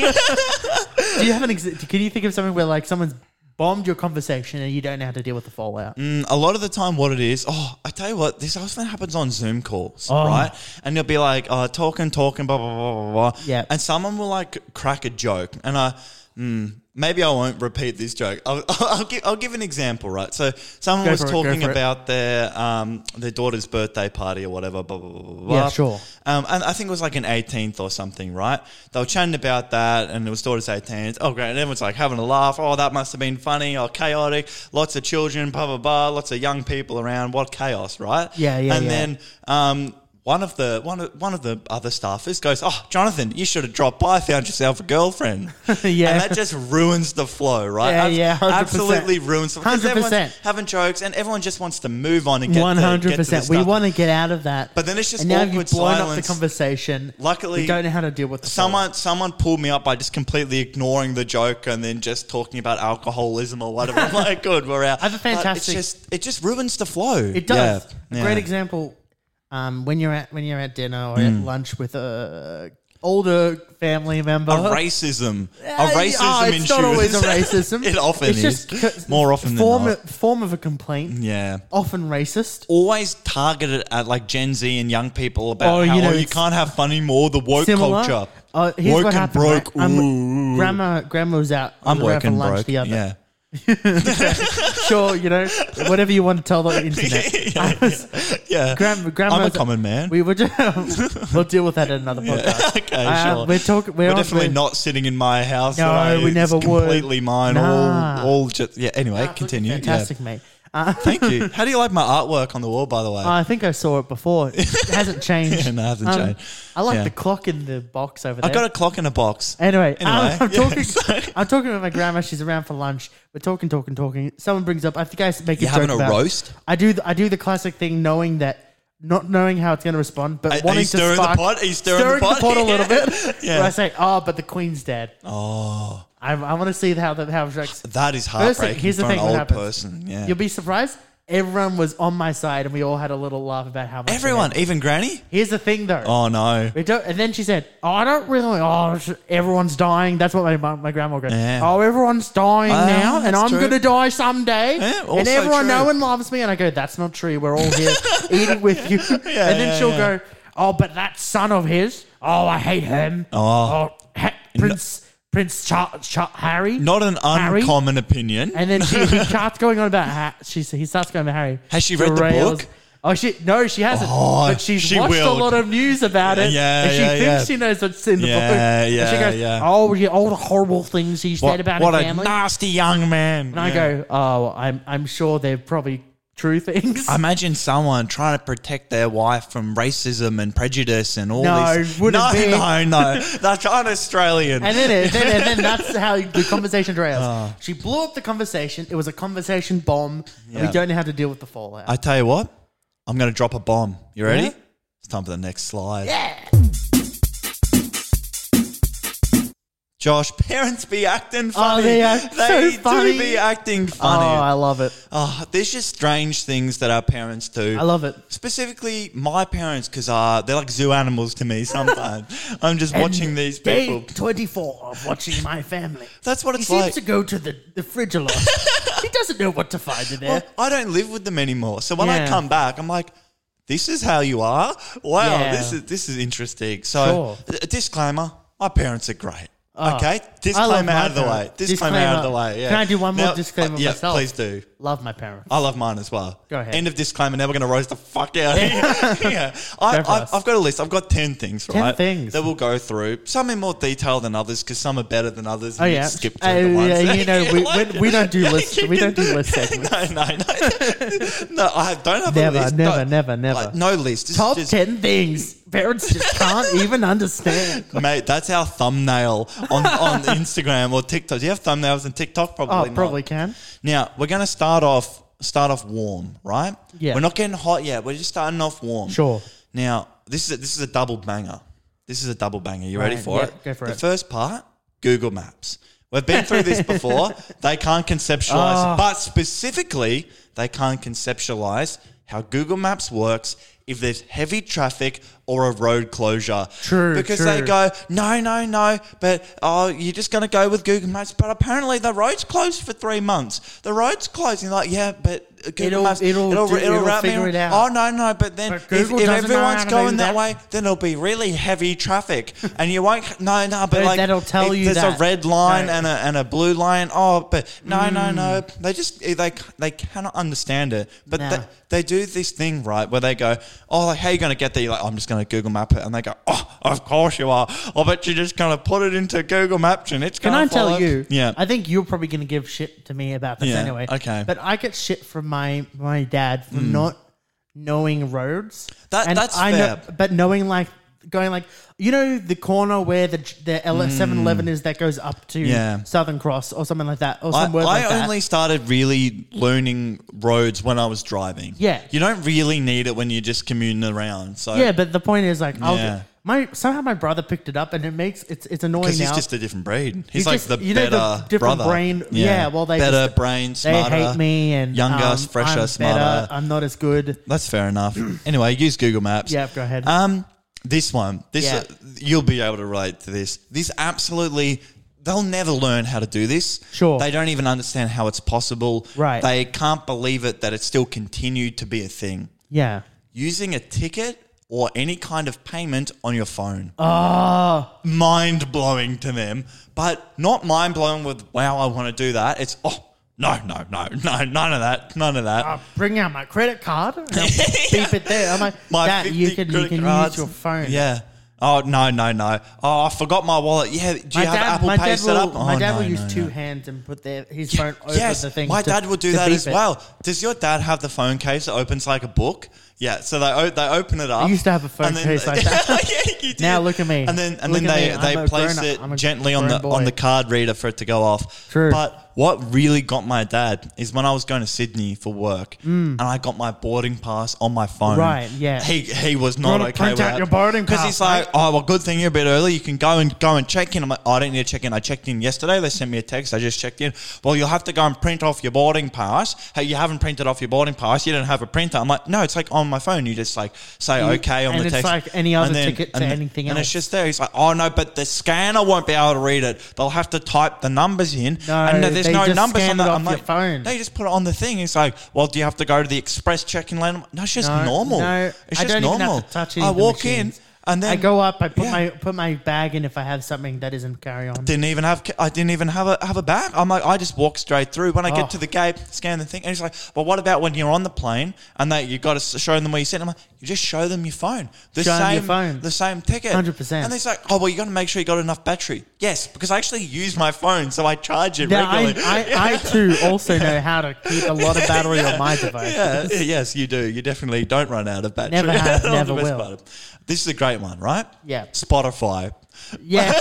Speaker 2: Do you have an? Ex- can you think of something where like someone's bombed your conversation and you don't know how to deal with the fallout?
Speaker 1: Mm, a lot of the time, what it is, oh, I tell you what, this often happens on Zoom calls,
Speaker 2: Oh.
Speaker 1: right? And you'll be like, uh, talking, talking, blah, blah, blah, blah, blah.
Speaker 2: Yeah.
Speaker 1: And someone will like crack a joke. And I, mm, maybe I won't repeat this joke. I'll, I'll, give, I'll give an example, right? So someone
Speaker 2: Go
Speaker 1: was
Speaker 2: for it, go
Speaker 1: talking
Speaker 2: for it.
Speaker 1: about their um, their daughter's birthday party or whatever, blah, blah, blah, blah, blah.
Speaker 2: Yeah, sure.
Speaker 1: Um, and I think it was like an 18th or something, right? They were chatting about that, and it was daughter's 18th. Oh, great. And everyone's like having a laugh. Oh, that must have been funny. Oh, chaotic. Lots of children, blah, blah, blah. Lots of young people around. What chaos, right?
Speaker 2: Yeah, yeah,
Speaker 1: And
Speaker 2: yeah.
Speaker 1: then um, one of the one of, one of the other staffers goes, "Oh, Jonathan, you should have dropped by. Found yourself a girlfriend."
Speaker 2: Yeah.
Speaker 1: and that just ruins the flow, right?
Speaker 2: Yeah,
Speaker 1: Abs-
Speaker 2: yeah, 100%.
Speaker 1: absolutely ruins. the- 'cause
Speaker 2: 100%.
Speaker 1: everyone's Having jokes, and everyone just wants to move on and get
Speaker 2: One hundred percent. We
Speaker 1: want.
Speaker 2: want to get out of that.
Speaker 1: But then it's just
Speaker 2: and now you've
Speaker 1: awkward
Speaker 2: blown up
Speaker 1: silence.
Speaker 2: the conversation.
Speaker 1: Luckily-
Speaker 2: we don't know how to deal with the fallout.
Speaker 1: Someone, someone pulled me up by just completely ignoring the joke and then just talking about alcoholism or whatever. I'm like, good, we're out.
Speaker 2: I have a
Speaker 1: But
Speaker 2: fantastic-
Speaker 1: It's just, it just ruins the flow.
Speaker 2: It does.
Speaker 1: Yeah.
Speaker 2: A
Speaker 1: Yeah.
Speaker 2: great example. Um, when you're at when you're at dinner or
Speaker 1: Mm.
Speaker 2: at lunch with a older family member,
Speaker 1: A racism,
Speaker 2: Uh,
Speaker 1: a racism
Speaker 2: oh,
Speaker 1: in
Speaker 2: it's not always a racism.
Speaker 1: it often
Speaker 2: It's
Speaker 1: is.
Speaker 2: just c-
Speaker 1: More often
Speaker 2: form
Speaker 1: than not. Mm.
Speaker 2: form of a complaint,
Speaker 1: Yeah.
Speaker 2: often racist.
Speaker 1: Always targeted at like Gen Z and young people about
Speaker 2: Oh,
Speaker 1: how
Speaker 2: you
Speaker 1: you,
Speaker 2: know,
Speaker 1: you
Speaker 2: it's
Speaker 1: can't have fun anymore. The woke
Speaker 2: Similar.
Speaker 1: culture,
Speaker 2: Uh, here's
Speaker 1: woke
Speaker 2: what
Speaker 1: and
Speaker 2: happened.
Speaker 1: broke.
Speaker 2: right? I'm-
Speaker 1: Ooh.
Speaker 2: grandma, grandma was out.
Speaker 1: I'm
Speaker 2: we were out
Speaker 1: woke
Speaker 2: for
Speaker 1: and
Speaker 2: lunch
Speaker 1: broke.
Speaker 2: the other.
Speaker 1: Yeah,
Speaker 2: Sure, you know, whatever you want to tell the internet. I was,
Speaker 1: yeah.
Speaker 2: Grandma, grandma
Speaker 1: I'm a
Speaker 2: was-
Speaker 1: common man.
Speaker 2: We were just, we'll deal with that in another podcast.
Speaker 1: okay,
Speaker 2: Uh,
Speaker 1: sure.
Speaker 2: We're talking. We're,
Speaker 1: We're
Speaker 2: on-
Speaker 1: definitely
Speaker 2: we're-
Speaker 1: not sitting in my house.
Speaker 2: No,
Speaker 1: right?
Speaker 2: we
Speaker 1: It's
Speaker 2: never would.
Speaker 1: Completely mine.
Speaker 2: Nah.
Speaker 1: All, all just yeah. Anyway,
Speaker 2: That's
Speaker 1: continue. Yeah.
Speaker 2: Fantastic, mate. Uh,
Speaker 1: Thank you. How do you like my artwork on the wall, by the way?
Speaker 2: I think I saw it before. It hasn't changed. Um,
Speaker 1: Yeah, no, it hasn't changed.
Speaker 2: I like
Speaker 1: Yeah.
Speaker 2: the clock in the box over there.
Speaker 1: I got a clock in a box.
Speaker 2: Anyway,
Speaker 1: Anyway,
Speaker 2: I'm, I'm
Speaker 1: yeah,
Speaker 2: talking.
Speaker 1: sorry.
Speaker 2: I'm talking with my grandma. She's around for lunch. We're talking, talking, talking. Someone brings up. I think I make
Speaker 1: You
Speaker 2: a joke
Speaker 1: having a
Speaker 2: about-
Speaker 1: roast?
Speaker 2: I do. th- I do the classic thing, knowing that not knowing how it's going to respond, but
Speaker 1: Are- are you
Speaker 2: wanting
Speaker 1: stirring
Speaker 2: to
Speaker 1: the
Speaker 2: spark,
Speaker 1: pot? Are you stirring the pot?
Speaker 2: a little
Speaker 1: Yeah.
Speaker 2: bit.
Speaker 1: Yeah.
Speaker 2: Where I say, "Oh, but the queen's dead." Oh, I, I want to see how the how it reacts.
Speaker 1: That is
Speaker 2: First thing-
Speaker 1: heartbreaking
Speaker 2: here's the
Speaker 1: for
Speaker 2: thing
Speaker 1: an
Speaker 2: that
Speaker 1: old
Speaker 2: happens.
Speaker 1: person. Oh, Yeah.
Speaker 2: You'll be surprised. Everyone was on my side, and we all had a little laugh about how much. it
Speaker 1: Everyone,
Speaker 2: meant.
Speaker 1: even Granny.
Speaker 2: Here's the thing, though.
Speaker 1: Oh no.
Speaker 2: We don't, and then she said, oh, I don't really, oh, sh- everyone's dying. That's what my, mum- my grandma goes,
Speaker 1: Yeah.
Speaker 2: oh, everyone's dying
Speaker 1: Ah,
Speaker 2: now, and
Speaker 1: that's
Speaker 2: I'm
Speaker 1: true.
Speaker 2: going to die someday.
Speaker 1: Yeah,
Speaker 2: and
Speaker 1: also
Speaker 2: everyone, no
Speaker 1: true.
Speaker 2: one loves me. And I go, that's not true. We're all here eating with you. and then
Speaker 1: yeah,
Speaker 2: she'll
Speaker 1: yeah.
Speaker 2: go, oh, but that son of his, oh, I hate him.
Speaker 1: Oh.
Speaker 2: ha- Prince, Prince Charles, Char- Harry.
Speaker 1: Not an
Speaker 2: Harry?
Speaker 1: uncommon opinion.
Speaker 2: And then she he starts going on about ha- she. He starts going about Harry.
Speaker 1: Has she read the
Speaker 2: Derails-
Speaker 1: book?
Speaker 2: Oh, she no, she hasn't.
Speaker 1: Oh,
Speaker 2: but she's
Speaker 1: she
Speaker 2: watched
Speaker 1: will.
Speaker 2: a lot of news about it.
Speaker 1: Yeah,
Speaker 2: and she
Speaker 1: yeah,
Speaker 2: thinks
Speaker 1: yeah.
Speaker 2: she knows what's in the
Speaker 1: Yeah,
Speaker 2: book. And she
Speaker 1: yeah,
Speaker 2: goes,
Speaker 1: yeah.
Speaker 2: "Oh, yeah, all the horrible things he said
Speaker 1: what
Speaker 2: about
Speaker 1: what
Speaker 2: her
Speaker 1: a
Speaker 2: family."
Speaker 1: nasty young man.
Speaker 2: and I go, "Oh, I'm I'm sure they're probably true things."
Speaker 1: Imagine someone trying to protect their wife from racism and prejudice and all
Speaker 2: No,
Speaker 1: this.
Speaker 2: it wouldn't
Speaker 1: no,
Speaker 2: be.
Speaker 1: no, no. That's un-Australian.
Speaker 2: and then, it, then, and then that's how the conversation derails.
Speaker 1: Oh.
Speaker 2: She blew up the conversation. It was a conversation bomb, and
Speaker 1: Yeah.
Speaker 2: we don't know how to deal with the fallout.
Speaker 1: I tell you what, I'm going to drop a bomb. You ready?
Speaker 2: Yeah.
Speaker 1: It's time for the next slide. Yeah. Josh, parents be acting funny.
Speaker 2: Oh, they act so
Speaker 1: They
Speaker 2: funny.
Speaker 1: do be acting
Speaker 2: oh, I
Speaker 1: funny.
Speaker 2: love it.
Speaker 1: oh, there's just strange things that our parents do.
Speaker 2: I love it.
Speaker 1: Specifically, my parents, because uh, they're like zoo animals to me sometimes. I'm just watching
Speaker 2: And
Speaker 1: these
Speaker 2: day
Speaker 1: people.
Speaker 2: 24 of watching my family.
Speaker 1: That's what
Speaker 2: he
Speaker 1: it's
Speaker 2: seems
Speaker 1: like.
Speaker 2: to go to the, the fridge a lot. he doesn't know what to find in there.
Speaker 1: Well, I don't live with them anymore. So when I
Speaker 2: Yeah.
Speaker 1: come back, I'm like, this is how you are. Wow,
Speaker 2: Yeah.
Speaker 1: this is this is interesting. So
Speaker 2: Sure. Ah.
Speaker 1: a- a disclaimer, my parents are great. okay, disclaimer out of the way. Disclaimer, out of the way. Yeah.
Speaker 2: Can I do one more
Speaker 1: Now-
Speaker 2: disclaimer
Speaker 1: uh, yeah,
Speaker 2: myself?
Speaker 1: Please do.
Speaker 2: Love my parents.
Speaker 1: I love mine as well.
Speaker 2: Go ahead.
Speaker 1: End of disclaimer. Now we're going to roast the fuck out of here. yeah. I,
Speaker 2: Go for
Speaker 1: I've,
Speaker 2: us.
Speaker 1: I've got a list. I've got 10 things,
Speaker 2: 10
Speaker 1: right?
Speaker 2: things.
Speaker 1: That we'll go through. Some in more detail than others because some are better than others.
Speaker 2: Oh
Speaker 1: and you
Speaker 2: yeah,
Speaker 1: Skip through
Speaker 2: Oh,
Speaker 1: the ones.
Speaker 2: yeah,
Speaker 1: that
Speaker 2: you know we,
Speaker 1: like.
Speaker 2: we, we don't do lists. We don't do list
Speaker 1: no,
Speaker 2: segments.
Speaker 1: no, no. no, I don't have
Speaker 2: Never,
Speaker 1: a list.
Speaker 2: never,
Speaker 1: no,
Speaker 2: never, never.
Speaker 1: like, no list. This is
Speaker 2: Top
Speaker 1: just-
Speaker 2: ten things parents just can't even understand.
Speaker 1: Mate, that's our thumbnail on, on Instagram or TikTok. Do you have thumbnails and TikTok? Probably
Speaker 2: Oh,
Speaker 1: not.
Speaker 2: probably can.
Speaker 1: Now we're going to start off start off warm, right?
Speaker 2: Yeah.
Speaker 1: We're not getting hot yet. We're just starting off warm.
Speaker 2: Sure.
Speaker 1: Now this is a, this is a double banger. This is a double banger. You ready
Speaker 2: Right,
Speaker 1: for
Speaker 2: yeah,
Speaker 1: it?
Speaker 2: go for
Speaker 1: the
Speaker 2: it.
Speaker 1: first part, Google Maps. We've been through this before. They can't conceptualize,
Speaker 2: Oh.
Speaker 1: but specifically, they can't conceptualize how Google Maps works if there's heavy traffic or a road closure.
Speaker 2: True,
Speaker 1: Because they
Speaker 2: true.
Speaker 1: go, no, no, no, but oh, you're just going to go with Google Maps. But apparently the road's closed for three months. The road's closed. And you're like, yeah, but Google
Speaker 2: It'll-
Speaker 1: Maps,
Speaker 2: it'll do- it'll
Speaker 1: route me
Speaker 2: figure it
Speaker 1: around."
Speaker 2: out.
Speaker 1: Oh, no, no, but then
Speaker 2: But
Speaker 1: if,
Speaker 2: Google
Speaker 1: if
Speaker 2: doesn't know how
Speaker 1: everyone's
Speaker 2: to
Speaker 1: going
Speaker 2: do
Speaker 1: that
Speaker 2: that.
Speaker 1: way, then it'll be really heavy traffic, and you won't. No, no, but
Speaker 2: But
Speaker 1: like
Speaker 2: that'll tell
Speaker 1: if
Speaker 2: you
Speaker 1: there's a
Speaker 2: that.
Speaker 1: red line
Speaker 2: No. Hmm.
Speaker 1: and a and a blue line. Oh, but no, no, no. They just eh, they they cannot understand it. But
Speaker 2: No.
Speaker 1: they, they do this thing right where they go, oh, like, how are you going to get there? You're like, I'm just going to Google Map it, and they go, oh, of course you are. I bet you're just going to put it into Google Maps and it's.
Speaker 2: Can
Speaker 1: gonna
Speaker 2: I tell
Speaker 1: follow."
Speaker 2: you?
Speaker 1: Yeah.
Speaker 2: I think you're probably going to give shit to me about this
Speaker 1: Yeah,
Speaker 2: anyway.
Speaker 1: okay. Hmm.
Speaker 2: But I get shit from my my dad for not knowing roads.
Speaker 1: That- that's
Speaker 2: I know,
Speaker 1: fair.
Speaker 2: but knowing like going like you know the corner where the the L- 7-Eleven is that goes up to
Speaker 1: Hmm. Yeah.
Speaker 2: Southern Cross or something like that or
Speaker 1: I,
Speaker 2: some word like
Speaker 1: I
Speaker 2: that.
Speaker 1: only started really learning roads when I was driving.
Speaker 2: Yeah.
Speaker 1: You don't really need it when you're just commuting around. So
Speaker 2: yeah, but the point is like I'll
Speaker 1: Yeah.
Speaker 2: my somehow my brother picked it up and it makes it's it's annoying
Speaker 1: Because he's
Speaker 2: now.
Speaker 1: just a different breed. He's,
Speaker 2: He's
Speaker 1: like
Speaker 2: just-
Speaker 1: the
Speaker 2: you know,
Speaker 1: better
Speaker 2: the different
Speaker 1: brother.
Speaker 2: brain- yeah, well, they
Speaker 1: better
Speaker 2: just-
Speaker 1: brain,
Speaker 2: they
Speaker 1: smarter,
Speaker 2: hate me and
Speaker 1: younger,
Speaker 2: um,
Speaker 1: fresher,
Speaker 2: I'm
Speaker 1: smarter.
Speaker 2: Better, I'm not as good.
Speaker 1: That's fair enough. anyway, use Google Maps.
Speaker 2: Yeah, go ahead.
Speaker 1: Um, this one, this
Speaker 2: Yeah.
Speaker 1: uh, you'll be able to relate to this. This absolutely. They'll never learn how to do this.
Speaker 2: Sure.
Speaker 1: They don't even understand how it's possible.
Speaker 2: Right.
Speaker 1: They can't believe it that it still continued to be a thing.
Speaker 2: Yeah.
Speaker 1: Using a ticket or any kind of payment on your phone
Speaker 2: Oh,
Speaker 1: mind blowing to them, but not mind blowing with wow, I want to do that. It's oh no, no, no, no, none of that, none of that.
Speaker 2: I bring out my credit card and I'll beep it there. I'm like,
Speaker 1: My
Speaker 2: that you
Speaker 1: 50
Speaker 2: can you
Speaker 1: credit
Speaker 2: can
Speaker 1: cards.
Speaker 2: use your phone.
Speaker 1: Yeah. Oh no, no, no. Oh, I forgot my wallet. Yeah. Do
Speaker 2: My
Speaker 1: you have
Speaker 2: dad,
Speaker 1: Apple
Speaker 2: my
Speaker 1: Pay
Speaker 2: dad
Speaker 1: set
Speaker 2: will,
Speaker 1: up?
Speaker 2: my
Speaker 1: Oh,
Speaker 2: dad
Speaker 1: no,
Speaker 2: will use
Speaker 1: no,
Speaker 2: two
Speaker 1: no.
Speaker 2: hands and put their his phone over
Speaker 1: Yes,
Speaker 2: the thing.
Speaker 1: my
Speaker 2: to-
Speaker 1: dad will do
Speaker 2: to
Speaker 1: that
Speaker 2: beep
Speaker 1: as
Speaker 2: it.
Speaker 1: well. Does your dad have the phone case that opens like a book? Yeah, so they o- they open it up.
Speaker 2: I used to have a phone
Speaker 1: and then-
Speaker 2: case like that.
Speaker 1: yeah, you did.
Speaker 2: Now look at me.
Speaker 1: And then and
Speaker 2: Look
Speaker 1: then
Speaker 2: at
Speaker 1: they,
Speaker 2: me. I'm
Speaker 1: they
Speaker 2: a
Speaker 1: place
Speaker 2: grown-up.
Speaker 1: it
Speaker 2: I'm a
Speaker 1: gently on the
Speaker 2: grown boy.
Speaker 1: on the card reader for it to go off.
Speaker 2: True.
Speaker 1: But what really got my dad is when I was going to Sydney for work and I got my boarding pass on my phone.
Speaker 2: Mm. Right, yeah.
Speaker 1: He he was not
Speaker 2: Gotta
Speaker 1: okay
Speaker 2: print
Speaker 1: with
Speaker 2: out
Speaker 1: that.
Speaker 2: your boarding
Speaker 1: Because
Speaker 2: pass,
Speaker 1: he's like, oh well, good thing you're a bit early. You can go and go and check in. I'm like, "Oh, I don't need to check in. I checked in yesterday. They sent me a text. I just checked in. Well, you'll have to go and print off your boarding pass. Hey, you haven't printed off your boarding pass. You don't have a printer. I'm like, no, it's like on my phone. You just like say okay on
Speaker 2: and
Speaker 1: the
Speaker 2: it's
Speaker 1: text.
Speaker 2: like any other ticket to
Speaker 1: and,
Speaker 2: anything
Speaker 1: and it's
Speaker 2: else.
Speaker 1: just there. He's like, oh no, but the scanner won't be able to read it. They'll have to type the numbers in.
Speaker 2: No,
Speaker 1: and there's
Speaker 2: they
Speaker 1: no
Speaker 2: just
Speaker 1: numbers
Speaker 2: scan
Speaker 1: on the
Speaker 2: it off
Speaker 1: I'm
Speaker 2: your
Speaker 1: like,
Speaker 2: phone.
Speaker 1: No, you just put it on the thing. It's like, well, do you have to go to the express check-in lane? I'm like, No, it's just
Speaker 2: No,
Speaker 1: normal.
Speaker 2: no,
Speaker 1: it's
Speaker 2: I
Speaker 1: just
Speaker 2: don't even have
Speaker 1: normal.
Speaker 2: to touch any
Speaker 1: I
Speaker 2: of the
Speaker 1: walk in
Speaker 2: machines.
Speaker 1: and then
Speaker 2: I go up. I put
Speaker 1: Yeah.
Speaker 2: my put my bag in if I have something that isn't carry on.
Speaker 1: didn't even have I didn't even have a have a bag. I'm like I just walk straight through. When I
Speaker 2: Oh.
Speaker 1: get to the gate, scan the thing, and he's like, "Well, what about when you're on the plane and they you got to show them where you sit?" I'm like, "You just show them your phone, the
Speaker 2: Show 'em
Speaker 1: same
Speaker 2: your phone.
Speaker 1: the same ticket,
Speaker 2: 100%.
Speaker 1: And he's like, "Oh well, you got to make sure you got enough battery." Yes, because I actually use my phone, so I charge it
Speaker 2: Now, I,
Speaker 1: regularly.
Speaker 2: I, I too also know how to keep a lot of battery on my device.
Speaker 1: yeah, yes, you do. You definitely don't run out of battery.
Speaker 2: Never have,
Speaker 1: That's the
Speaker 2: never
Speaker 1: best
Speaker 2: will.
Speaker 1: part. This is a great one, right?
Speaker 2: Yeah.
Speaker 1: Spotify.
Speaker 2: yeah.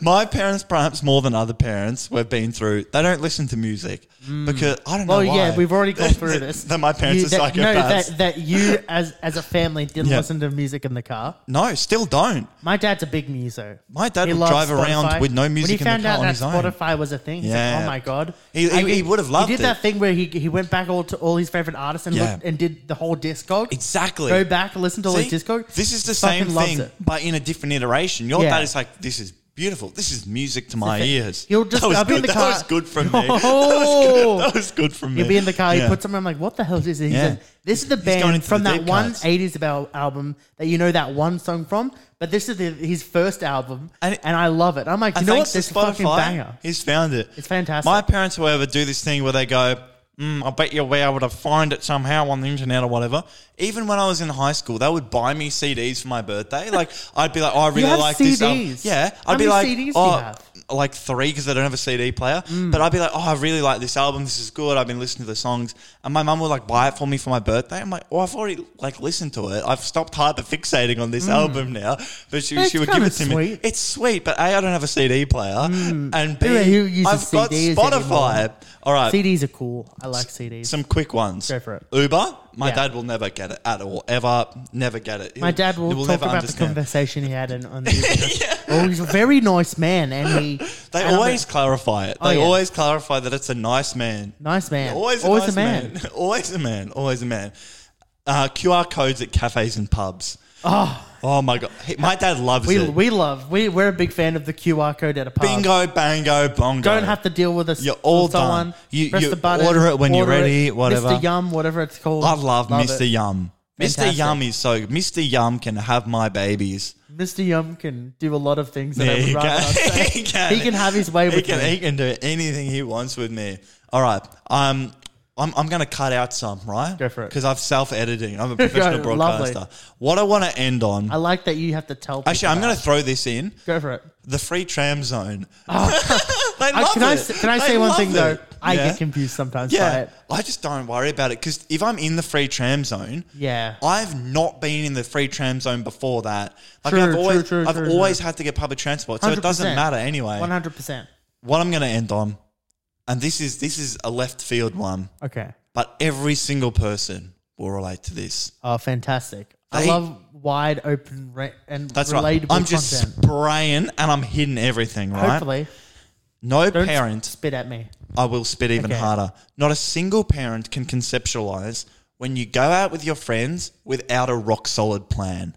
Speaker 1: My parents, perhaps more than other parents, we've been through. They don't listen to music because I don't know.
Speaker 2: Oh
Speaker 1: why.
Speaker 2: yeah, we've already gone through
Speaker 1: That-
Speaker 2: this.
Speaker 1: That my parents
Speaker 2: You-
Speaker 1: are
Speaker 2: that- No,
Speaker 1: psychopaths.
Speaker 2: that, that you as as a family didn't
Speaker 1: Yeah.
Speaker 2: listen to music in the car.
Speaker 1: no, still don't.
Speaker 2: My dad's a big muso.
Speaker 1: My dad
Speaker 2: He
Speaker 1: would
Speaker 2: loves
Speaker 1: drive around with no music in the
Speaker 2: When he found
Speaker 1: car
Speaker 2: out
Speaker 1: on
Speaker 2: that
Speaker 1: his own.
Speaker 2: Spotify was a thing, he's
Speaker 1: Yeah.
Speaker 2: like, "Oh my god!"
Speaker 1: He- he-
Speaker 2: And
Speaker 1: he would've loved
Speaker 2: He did
Speaker 1: it.
Speaker 2: that thing where he he went back all to all his favorite artists and
Speaker 1: Yeah.
Speaker 2: looked and did the whole discog.
Speaker 1: Exactly.
Speaker 2: Go back, listen to all
Speaker 1: See?
Speaker 2: his discog.
Speaker 1: This is the
Speaker 2: Fucking
Speaker 1: same
Speaker 2: loves
Speaker 1: thing,
Speaker 2: it.
Speaker 1: but in a different iteration. Your
Speaker 2: Yeah.
Speaker 1: dad is like, this is beautiful. This is music to my ears.
Speaker 2: You'll just-
Speaker 1: that was
Speaker 2: I'll be
Speaker 1: good.
Speaker 2: in the
Speaker 1: that
Speaker 2: car-
Speaker 1: was good from me.
Speaker 2: Oh.
Speaker 1: that was good from me.
Speaker 2: You'll be in the car,
Speaker 1: Yeah.
Speaker 2: you put something, I'm like, what the hell is this? And he
Speaker 1: Yeah.
Speaker 2: said, this is the
Speaker 1: He's going
Speaker 2: band
Speaker 1: into
Speaker 2: from
Speaker 1: the
Speaker 2: that
Speaker 1: deep
Speaker 2: one
Speaker 1: cuts.
Speaker 2: 80s about album that you know that one song from, but this is the, his first album,
Speaker 1: And
Speaker 2: and,
Speaker 1: it-
Speaker 2: I love it. I'm like,
Speaker 1: And
Speaker 2: you know what?
Speaker 1: thanks
Speaker 2: This
Speaker 1: to
Speaker 2: is a fucking
Speaker 1: Spotify,
Speaker 2: banger.
Speaker 1: He's found it.
Speaker 2: It's fantastic.
Speaker 1: My parents, however, do this thing where they go, mm, I bet you'll be able to find it somehow on the internet or whatever. Even when I was in high school, they would buy me CDs for my birthday. Like, I'd be like, oh, I really
Speaker 2: have
Speaker 1: like this. album."
Speaker 2: CDs?
Speaker 1: yeah. I'd
Speaker 2: How
Speaker 1: be
Speaker 2: many
Speaker 1: like,
Speaker 2: CDs do you
Speaker 1: oh,
Speaker 2: have?
Speaker 1: like three because I don't have a CD player.
Speaker 2: Mm.
Speaker 1: But I'd be like, oh, I really like this album. This is good. I've been listening to the songs. And my mum would like buy it for me for my birthday. I'm like, oh, I've already like listened to it. I've stopped hyper fixating on this album now. But she,
Speaker 2: That's
Speaker 1: she would give
Speaker 2: Mm. kinda
Speaker 1: it to me.
Speaker 2: sweet. Mm.
Speaker 1: It's sweet, but A, I don't have a CD player. And B,
Speaker 2: Who- who uses
Speaker 1: I've got
Speaker 2: CDs
Speaker 1: Spotify.
Speaker 2: anymore?
Speaker 1: All right.
Speaker 2: CDs are cool. I like CDs.
Speaker 1: Some quick ones.
Speaker 2: Go for it.
Speaker 1: Uber. My
Speaker 2: Yeah.
Speaker 1: dad will never get it at all. Ever. Never get it.
Speaker 2: My dad will, talk about the conversation he had in, on the internet. Well, he's a very nice man, and he
Speaker 1: They
Speaker 2: and I'm
Speaker 1: always
Speaker 2: a
Speaker 1: clarify it.
Speaker 2: Oh,
Speaker 1: They
Speaker 2: yeah.
Speaker 1: always clarify that it's a nice man.
Speaker 2: nice man,
Speaker 1: Always, a, nice man. always a man. Always a man. Uh, QR codes at cafes and pubs. Oh, my god! He- my dad loves
Speaker 2: Ah. We,
Speaker 1: it.
Speaker 2: we love we we're a big fan of the QR code at a pub.
Speaker 1: Bingo, bango, bongo.
Speaker 2: Don't have to deal with us.
Speaker 1: You're all
Speaker 2: with someone.
Speaker 1: done. You-
Speaker 2: Press
Speaker 1: you
Speaker 2: the button,
Speaker 1: order it when you're ready, whatever.
Speaker 2: Mr. Yum, whatever it's called.
Speaker 1: I love, Mr.
Speaker 2: it.
Speaker 1: Yum. Mr.
Speaker 2: Fantastic.
Speaker 1: Yum is so. Mr. Yum can have my babies.
Speaker 2: Mr. Yum can do a lot of things that
Speaker 1: There
Speaker 2: I would
Speaker 1: you
Speaker 2: rather not
Speaker 1: go.
Speaker 2: say.
Speaker 1: he can.
Speaker 2: He can have his way
Speaker 1: He
Speaker 2: with
Speaker 1: can,
Speaker 2: me.
Speaker 1: He can do anything he wants with me. All right. Um, I'm, I'm going to cut out some, right?
Speaker 2: Go for it.
Speaker 1: Because I'm self editing. I'm a professional
Speaker 2: Go, lovely.
Speaker 1: broadcaster. What I want to end on.
Speaker 2: I like that you have to tell.
Speaker 1: Actually,
Speaker 2: people
Speaker 1: I'm going
Speaker 2: that.
Speaker 1: to throw this in
Speaker 2: go for it.
Speaker 1: the free tram zone. they
Speaker 2: Uh,
Speaker 1: love
Speaker 2: can I
Speaker 1: it.
Speaker 2: s- can I
Speaker 1: They
Speaker 2: say one
Speaker 1: love
Speaker 2: thing
Speaker 1: it.
Speaker 2: though? I
Speaker 1: Yeah.
Speaker 2: get confused sometimes by
Speaker 1: Yeah,
Speaker 2: it.
Speaker 1: I just don't worry about it because if I'm in the free tram zone,
Speaker 2: Yeah.
Speaker 1: I've not been in the free tram zone before that. Like
Speaker 2: True,
Speaker 1: I've always,
Speaker 2: true, true,
Speaker 1: I've
Speaker 2: true,
Speaker 1: always had to get public transport, so it doesn't
Speaker 2: 100%.
Speaker 1: matter anyway.
Speaker 2: One hundred percent.
Speaker 1: What I'm going to end on, and this is this is a left field one,
Speaker 2: Okay.
Speaker 1: but every single person will relate to this.
Speaker 2: Oh, fantastic! I
Speaker 1: They-
Speaker 2: love wide open re- and
Speaker 1: That's
Speaker 2: relatable
Speaker 1: right. I'm
Speaker 2: content.
Speaker 1: just spraying and I'm hitting everything. Right?
Speaker 2: Hopefully,
Speaker 1: no
Speaker 2: don't
Speaker 1: parent
Speaker 2: spit at me.
Speaker 1: I will spit even
Speaker 2: Okay.
Speaker 1: harder. Not a single parent can conceptualize when you go out with your friends without a rock solid plan.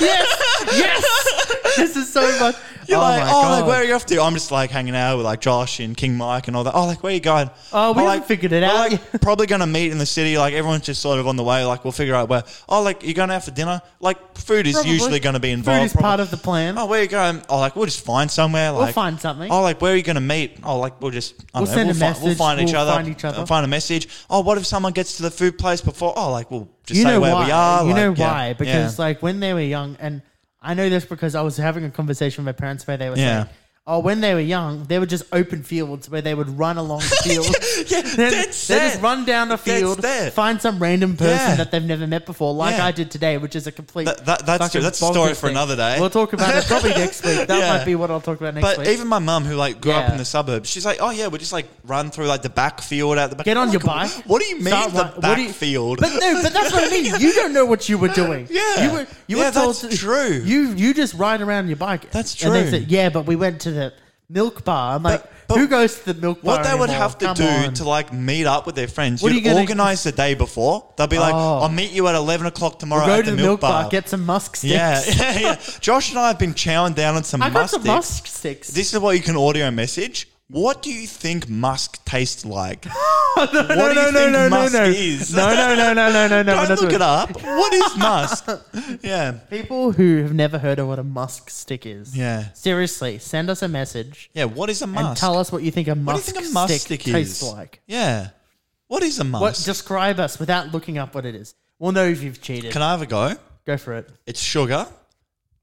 Speaker 2: yes, yes. This is so much.
Speaker 1: You're
Speaker 2: oh
Speaker 1: like,
Speaker 2: my
Speaker 1: oh,
Speaker 2: god!
Speaker 1: like, where are you off to? I'm just like hanging out with like Josh and King Mike and all that. Oh, like, where are you going?
Speaker 2: Oh, we
Speaker 1: "Oh,
Speaker 2: haven't figured it
Speaker 1: we're,
Speaker 2: out
Speaker 1: Like, probably going to meet in the city. Like, everyone's just sort of on the way. Like, we'll figure out where. Oh, like, you're going out for dinner? Like, food is
Speaker 2: Probably.
Speaker 1: usually going to be
Speaker 2: Food
Speaker 1: involved.
Speaker 2: is part of the plan.
Speaker 1: Oh, where are you going? Oh, like, we'll just find somewhere. Like,
Speaker 2: find something.
Speaker 1: Oh, like, where are you going to meet? Oh, like, we'll just, I
Speaker 2: We'll
Speaker 1: don't
Speaker 2: send
Speaker 1: know,
Speaker 2: a
Speaker 1: we'll, fi- we'll
Speaker 2: message,
Speaker 1: find each
Speaker 2: we'll
Speaker 1: other.
Speaker 2: find each other.
Speaker 1: uh, find a message. Oh, what if someone gets to the food place before? Oh, like, we'll just
Speaker 2: you
Speaker 1: say
Speaker 2: know
Speaker 1: where
Speaker 2: why?
Speaker 1: we are.
Speaker 2: You
Speaker 1: like,
Speaker 2: know
Speaker 1: yeah,
Speaker 2: why? Because
Speaker 1: yeah.
Speaker 2: like when they were young, and I know this because I was having a conversation with my parents where they were
Speaker 1: Yeah.
Speaker 2: saying, "Oh, when they were young, they were just open fields where they would run along the field.
Speaker 1: yeah,
Speaker 2: Then
Speaker 1: that's
Speaker 2: they just
Speaker 1: it.
Speaker 2: run down a
Speaker 1: That's
Speaker 2: field,
Speaker 1: it.
Speaker 2: find some random person
Speaker 1: Yeah.
Speaker 2: that they've never met before, like
Speaker 1: Yeah.
Speaker 2: I did today, which is a complete.
Speaker 1: That- that- that's
Speaker 2: fucking
Speaker 1: true. That's a story
Speaker 2: bonkers
Speaker 1: for another day.
Speaker 2: We'll talk about it probably next week. That
Speaker 1: Yeah.
Speaker 2: might be what I'll talk about next
Speaker 1: But
Speaker 2: week.
Speaker 1: even my mum, who like grew up
Speaker 2: Yeah.
Speaker 1: in the suburbs, she's like, "Oh yeah, we just like run through like the back field out the back."
Speaker 2: Get on
Speaker 1: I'm
Speaker 2: your
Speaker 1: like,
Speaker 2: bike.
Speaker 1: Oh What do you mean
Speaker 2: Start
Speaker 1: the
Speaker 2: run- what
Speaker 1: back
Speaker 2: do you-
Speaker 1: field?
Speaker 2: But no, but that's what I mean. You don't know what you were doing.
Speaker 1: Yeah.
Speaker 2: you were. You
Speaker 1: Yeah,
Speaker 2: were told
Speaker 1: that's
Speaker 2: to-
Speaker 1: true.
Speaker 2: You you just ride around your bike.
Speaker 1: That's
Speaker 2: And they
Speaker 1: true.
Speaker 2: said, yeah, but we went to the milk bar. I'm like,
Speaker 1: but
Speaker 2: who goes to the milk bar?
Speaker 1: what they would
Speaker 2: anymore?
Speaker 1: have to
Speaker 2: Come
Speaker 1: do
Speaker 2: on.
Speaker 1: to like meet up with their friends,
Speaker 2: What are
Speaker 1: you'd
Speaker 2: you gonna-
Speaker 1: organize the day before. They'll be like,
Speaker 2: Oh.
Speaker 1: "I'll meet you at eleven o'clock tomorrow
Speaker 2: go
Speaker 1: at
Speaker 2: to the milk bar,
Speaker 1: bar."
Speaker 2: get some musk sticks.
Speaker 1: yeah, yeah, yeah. Josh and I have been chowing down on some
Speaker 2: I got
Speaker 1: musk
Speaker 2: some
Speaker 1: sticks.
Speaker 2: musk sticks.
Speaker 1: This is what you can audio message. What do you think musk tastes like?
Speaker 2: no,
Speaker 1: what do you think musk
Speaker 2: no, no.
Speaker 1: is?
Speaker 2: No, no, no, no, no, no, no.
Speaker 1: Don't
Speaker 2: that's
Speaker 1: look
Speaker 2: what-
Speaker 1: it up. What is musk? yeah,
Speaker 2: People who have never heard of what a musk stick is.
Speaker 1: Yeah.
Speaker 2: Seriously, send us a message
Speaker 1: yeah. What is a musk?
Speaker 2: and tell us what you think a
Speaker 1: What
Speaker 2: musk,
Speaker 1: do you think a musk
Speaker 2: stick,
Speaker 1: stick,
Speaker 2: tastes
Speaker 1: is?
Speaker 2: like.
Speaker 1: Yeah. What is a musk?
Speaker 2: What describe us without looking up what it is? We'll know if you've cheated.
Speaker 1: Can I have a go?
Speaker 2: Go for it.
Speaker 1: It's sugar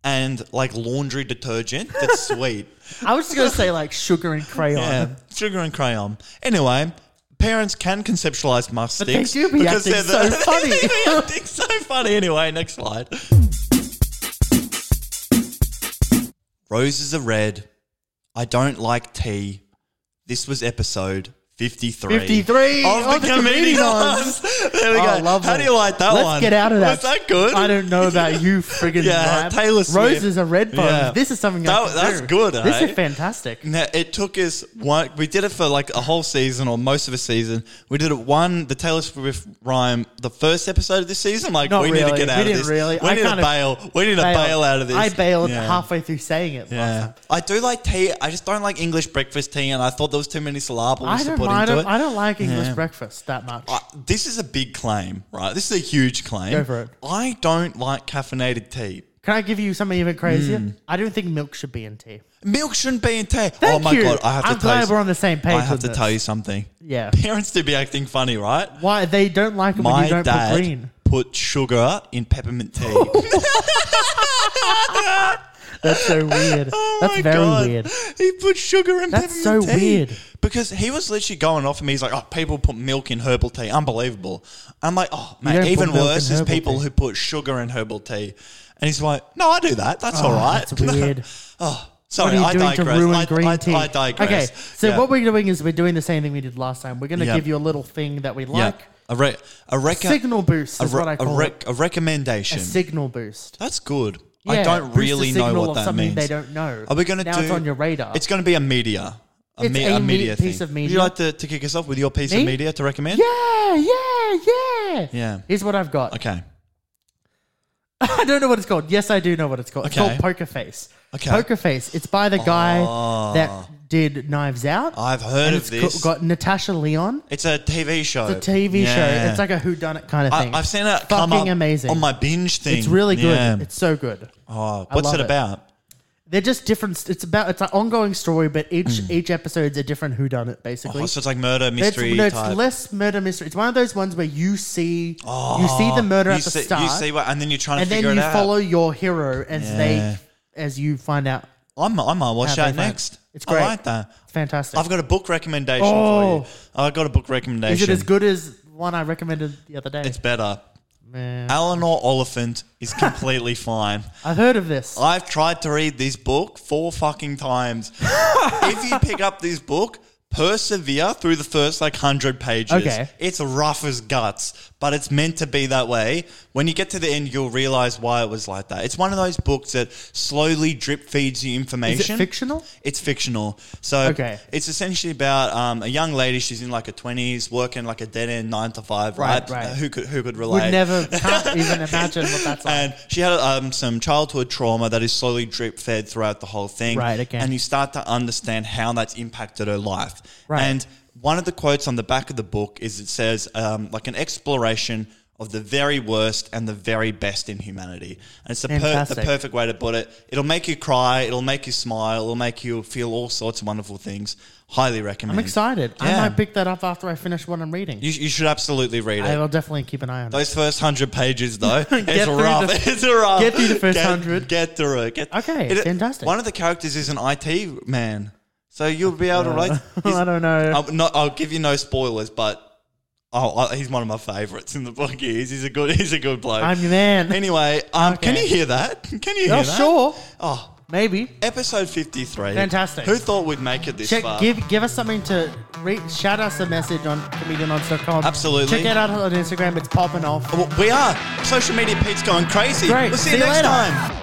Speaker 1: and like laundry detergent that's sweet.
Speaker 2: I was just gonna say like sugar and crayon.
Speaker 1: Yeah. Sugar and crayon. Anyway, parents can conceptualize musk
Speaker 2: But they
Speaker 1: sticks.
Speaker 2: do be acting so funny.
Speaker 1: they be acting so funny. Anyway, next slide. Roses are red. I don't like tea. This was episode 53.
Speaker 2: 53
Speaker 1: of the Comedians. there we go.
Speaker 2: Oh, I love
Speaker 1: How
Speaker 2: it.
Speaker 1: do you like that
Speaker 2: Let's
Speaker 1: one?
Speaker 2: get out of that.
Speaker 1: Was that good?
Speaker 2: I don't know about you, friggin'
Speaker 1: Yeah,
Speaker 2: vibe.
Speaker 1: Taylor Swift.
Speaker 2: Roses are red bones.
Speaker 1: Yeah.
Speaker 2: This is something I
Speaker 1: That-
Speaker 2: can
Speaker 1: that's
Speaker 2: do.
Speaker 1: good,
Speaker 2: This
Speaker 1: eh?
Speaker 2: is fantastic.
Speaker 1: Now, it took us one. We did it for like a whole season or most of a season. We did it one, the Taylor Swift rhyme, the first episode of this season. Like,
Speaker 2: Not
Speaker 1: we need to
Speaker 2: really.
Speaker 1: get
Speaker 2: We
Speaker 1: out of
Speaker 2: didn't
Speaker 1: this.
Speaker 2: really.
Speaker 1: We
Speaker 2: I
Speaker 1: need to
Speaker 2: kinda
Speaker 1: bail. We need to
Speaker 2: Bailed.
Speaker 1: bail out of this.
Speaker 2: I bailed
Speaker 1: Yeah.
Speaker 2: halfway through saying it. last
Speaker 1: Yeah.
Speaker 2: time.
Speaker 1: I do like tea. I just don't like English breakfast tea, and I thought there was too many syllables
Speaker 2: I
Speaker 1: to
Speaker 2: don't,
Speaker 1: put
Speaker 2: I,
Speaker 1: into
Speaker 2: don't,
Speaker 1: it.
Speaker 2: I don't like English
Speaker 1: Yeah.
Speaker 2: breakfast that much.
Speaker 1: I- this is a big claim, right? This is a huge claim.
Speaker 2: Go for it.
Speaker 1: I don't like caffeinated tea.
Speaker 2: Can I give you something even crazier?
Speaker 1: Hmm.
Speaker 2: I don't think milk should be in tea.
Speaker 1: Milk shouldn't be in tea.
Speaker 2: Thank
Speaker 1: oh my
Speaker 2: you.
Speaker 1: god, I have
Speaker 2: I'm
Speaker 1: to tell
Speaker 2: glad
Speaker 1: you.
Speaker 2: we're on the same page.
Speaker 1: I have
Speaker 2: with
Speaker 1: to
Speaker 2: this.
Speaker 1: tell you something.
Speaker 2: Yeah.
Speaker 1: Parents do be acting funny, right?
Speaker 2: Why they don't like it when
Speaker 1: My
Speaker 2: you don't
Speaker 1: dad
Speaker 2: put green.
Speaker 1: put sugar in peppermint tea.
Speaker 2: That's so weird.
Speaker 1: Oh
Speaker 2: That's
Speaker 1: my
Speaker 2: very
Speaker 1: God.
Speaker 2: weird.
Speaker 1: He put sugar in
Speaker 2: That's
Speaker 1: peppermint
Speaker 2: so
Speaker 1: tea.
Speaker 2: weird.
Speaker 1: Because he was literally going off and he's like, oh, people put milk in herbal tea. Unbelievable. I'm like, oh,
Speaker 2: don't
Speaker 1: man,
Speaker 2: put
Speaker 1: even
Speaker 2: milk in
Speaker 1: worse is
Speaker 2: herbal
Speaker 1: people
Speaker 2: tea.
Speaker 1: who put sugar in herbal tea. And he's like, no, I do that. That's all
Speaker 2: Oh,
Speaker 1: right.
Speaker 2: That's weird.
Speaker 1: oh,
Speaker 2: What
Speaker 1: sorry,
Speaker 2: are you
Speaker 1: I
Speaker 2: doing to
Speaker 1: digress.
Speaker 2: ruin
Speaker 1: I,
Speaker 2: green
Speaker 1: I,
Speaker 2: tea?
Speaker 1: I digress.
Speaker 2: Okay, so
Speaker 1: Yeah.
Speaker 2: what we're doing is we're doing the same thing we did last time. We're going to
Speaker 1: Yeah.
Speaker 2: give you a little thing that we
Speaker 1: yeah.
Speaker 2: like.
Speaker 1: a, re- a, reco-
Speaker 2: Signal boost
Speaker 1: a,
Speaker 2: is
Speaker 1: re-
Speaker 2: what I
Speaker 1: a,
Speaker 2: call
Speaker 1: rec-
Speaker 2: it.
Speaker 1: a recommendation.
Speaker 2: A signal boost.
Speaker 1: That's good.
Speaker 2: Yeah,
Speaker 1: I don't
Speaker 2: boost a
Speaker 1: really know
Speaker 2: signal
Speaker 1: what
Speaker 2: of
Speaker 1: that
Speaker 2: something
Speaker 1: means.
Speaker 2: They don't know.
Speaker 1: Are we going to do?
Speaker 2: now? It's on your radar.
Speaker 1: It's going to be a media. A,
Speaker 2: It's
Speaker 1: me-
Speaker 2: a
Speaker 1: a
Speaker 2: me-
Speaker 1: media
Speaker 2: piece
Speaker 1: thing.
Speaker 2: of
Speaker 1: Would
Speaker 2: media.
Speaker 1: you like to, to kick us off with your piece
Speaker 2: Me?
Speaker 1: of media to recommend?
Speaker 2: yeah, yeah, yeah.
Speaker 1: Yeah.
Speaker 2: Here's what I've got.
Speaker 1: Okay.
Speaker 2: I don't know what it's called. Yes, I do know what it's called. It's
Speaker 1: Okay.
Speaker 2: called Poker Face.
Speaker 1: Okay. Ah.
Speaker 2: Poker Face. It's by the guy that did Knives Out.
Speaker 1: I've heard
Speaker 2: and
Speaker 1: of
Speaker 2: it's
Speaker 1: this.
Speaker 2: co- got Natasha Leon.
Speaker 1: it's a TV show.
Speaker 2: It's a TV
Speaker 1: Yeah.
Speaker 2: show. It's like a whodunit kind of
Speaker 1: I,
Speaker 2: thing.
Speaker 1: I've seen it
Speaker 2: Fucking
Speaker 1: come up
Speaker 2: amazing.
Speaker 1: on my binge thing.
Speaker 2: It's really good.
Speaker 1: Yeah.
Speaker 2: It's so good.
Speaker 1: oh,
Speaker 2: I
Speaker 1: what's
Speaker 2: love
Speaker 1: it
Speaker 2: it.
Speaker 1: about?
Speaker 2: They're just different. It's about it's an ongoing story, but each each episode's a different whodunit, basically.
Speaker 1: Mm. Oh, so it's like murder
Speaker 2: It's,
Speaker 1: mystery
Speaker 2: no, it's
Speaker 1: type.
Speaker 2: less murder mystery. It's one of those ones where you see you see the murder
Speaker 1: Oh, Ah. you
Speaker 2: at the
Speaker 1: see, you
Speaker 2: start,
Speaker 1: see what, and then you're trying
Speaker 2: and
Speaker 1: to
Speaker 2: then
Speaker 1: figure
Speaker 2: you
Speaker 1: it out.
Speaker 2: follow your hero as
Speaker 1: Yeah.
Speaker 2: they as you find out.
Speaker 1: I might, I might watch
Speaker 2: How they
Speaker 1: that
Speaker 2: find-
Speaker 1: next.
Speaker 2: It's
Speaker 1: I
Speaker 2: great.
Speaker 1: like that.
Speaker 2: It's fantastic.
Speaker 1: I've got a book recommendation
Speaker 2: Oh.
Speaker 1: for you. I've got a book recommendation.
Speaker 2: Is it as good as one I recommended the other day?
Speaker 1: It's better.
Speaker 2: Man.
Speaker 1: Eleanor Oliphant is completely fine.
Speaker 2: I've heard of this.
Speaker 1: I've tried to read this book four fucking times. if you pick up this book, persevere through the first like hundred pages.
Speaker 2: Okay.
Speaker 1: It's rough as guts, but it's meant to be that way. When you get to the end, you'll realize why it was like that. It's one of those books that slowly drip feeds you
Speaker 2: Is
Speaker 1: information.
Speaker 2: it fictional?
Speaker 1: It's fictional. So
Speaker 2: Okay.
Speaker 1: it's essentially about um, a young lady. She's in like her twenties, working like a dead end nine to five. Right,
Speaker 2: Right, right.
Speaker 1: who could who could relate?
Speaker 2: Would never can't even imagine what that's like.
Speaker 1: And she had um, some childhood trauma that is slowly drip fed throughout the whole thing.
Speaker 2: Right, okay.
Speaker 1: And you start to understand how that's impacted her life.
Speaker 2: Right.
Speaker 1: And one of the quotes on the back of the book is it says, um, like an exploration of the very worst and the very best in humanity. And it's the, per- the
Speaker 2: Fantastic.
Speaker 1: perfect way to put it. It'll make you cry, it'll make you smile, it'll make you feel all sorts of wonderful things. Highly recommend.
Speaker 2: I'm excited.
Speaker 1: Yeah.
Speaker 2: I might pick that up after I finish what I'm reading.
Speaker 1: You, you should absolutely read it.
Speaker 2: I will definitely keep an eye on it.
Speaker 1: Those first hundred pages, though, it's
Speaker 2: through
Speaker 1: rough.
Speaker 2: the-
Speaker 1: it's rough.
Speaker 2: get through the first
Speaker 1: Get-
Speaker 2: 100.
Speaker 1: Get through it. Get,
Speaker 2: Okay,
Speaker 1: It-
Speaker 2: fantastic.
Speaker 1: One of the characters is an IT man, so you'll be able to relate. He's-
Speaker 2: Uh, I don't know.
Speaker 1: I'll, not, I'll give you no spoilers, but oh, I, he's one of my favorites in the book. He is. He's a good. He's a good bloke.
Speaker 2: I'm your man.
Speaker 1: Anyway, um, can
Speaker 2: Okay.
Speaker 1: you hear that? Can you hear
Speaker 2: oh,
Speaker 1: that?
Speaker 2: sure.
Speaker 1: Oh,
Speaker 2: Maybe.
Speaker 1: episode fifty-three.
Speaker 2: Fantastic.
Speaker 1: Who thought we'd make it this
Speaker 2: Check,
Speaker 1: far?
Speaker 2: give give us something to read. Shout us a message on comedianons.com.
Speaker 1: Absolutely.
Speaker 2: Check it out on Instagram. It's popping off.
Speaker 1: Well, we are social media. Pete's going crazy.
Speaker 2: Great.
Speaker 1: We'll see,
Speaker 2: See
Speaker 1: you
Speaker 2: you
Speaker 1: next
Speaker 2: later.
Speaker 1: time.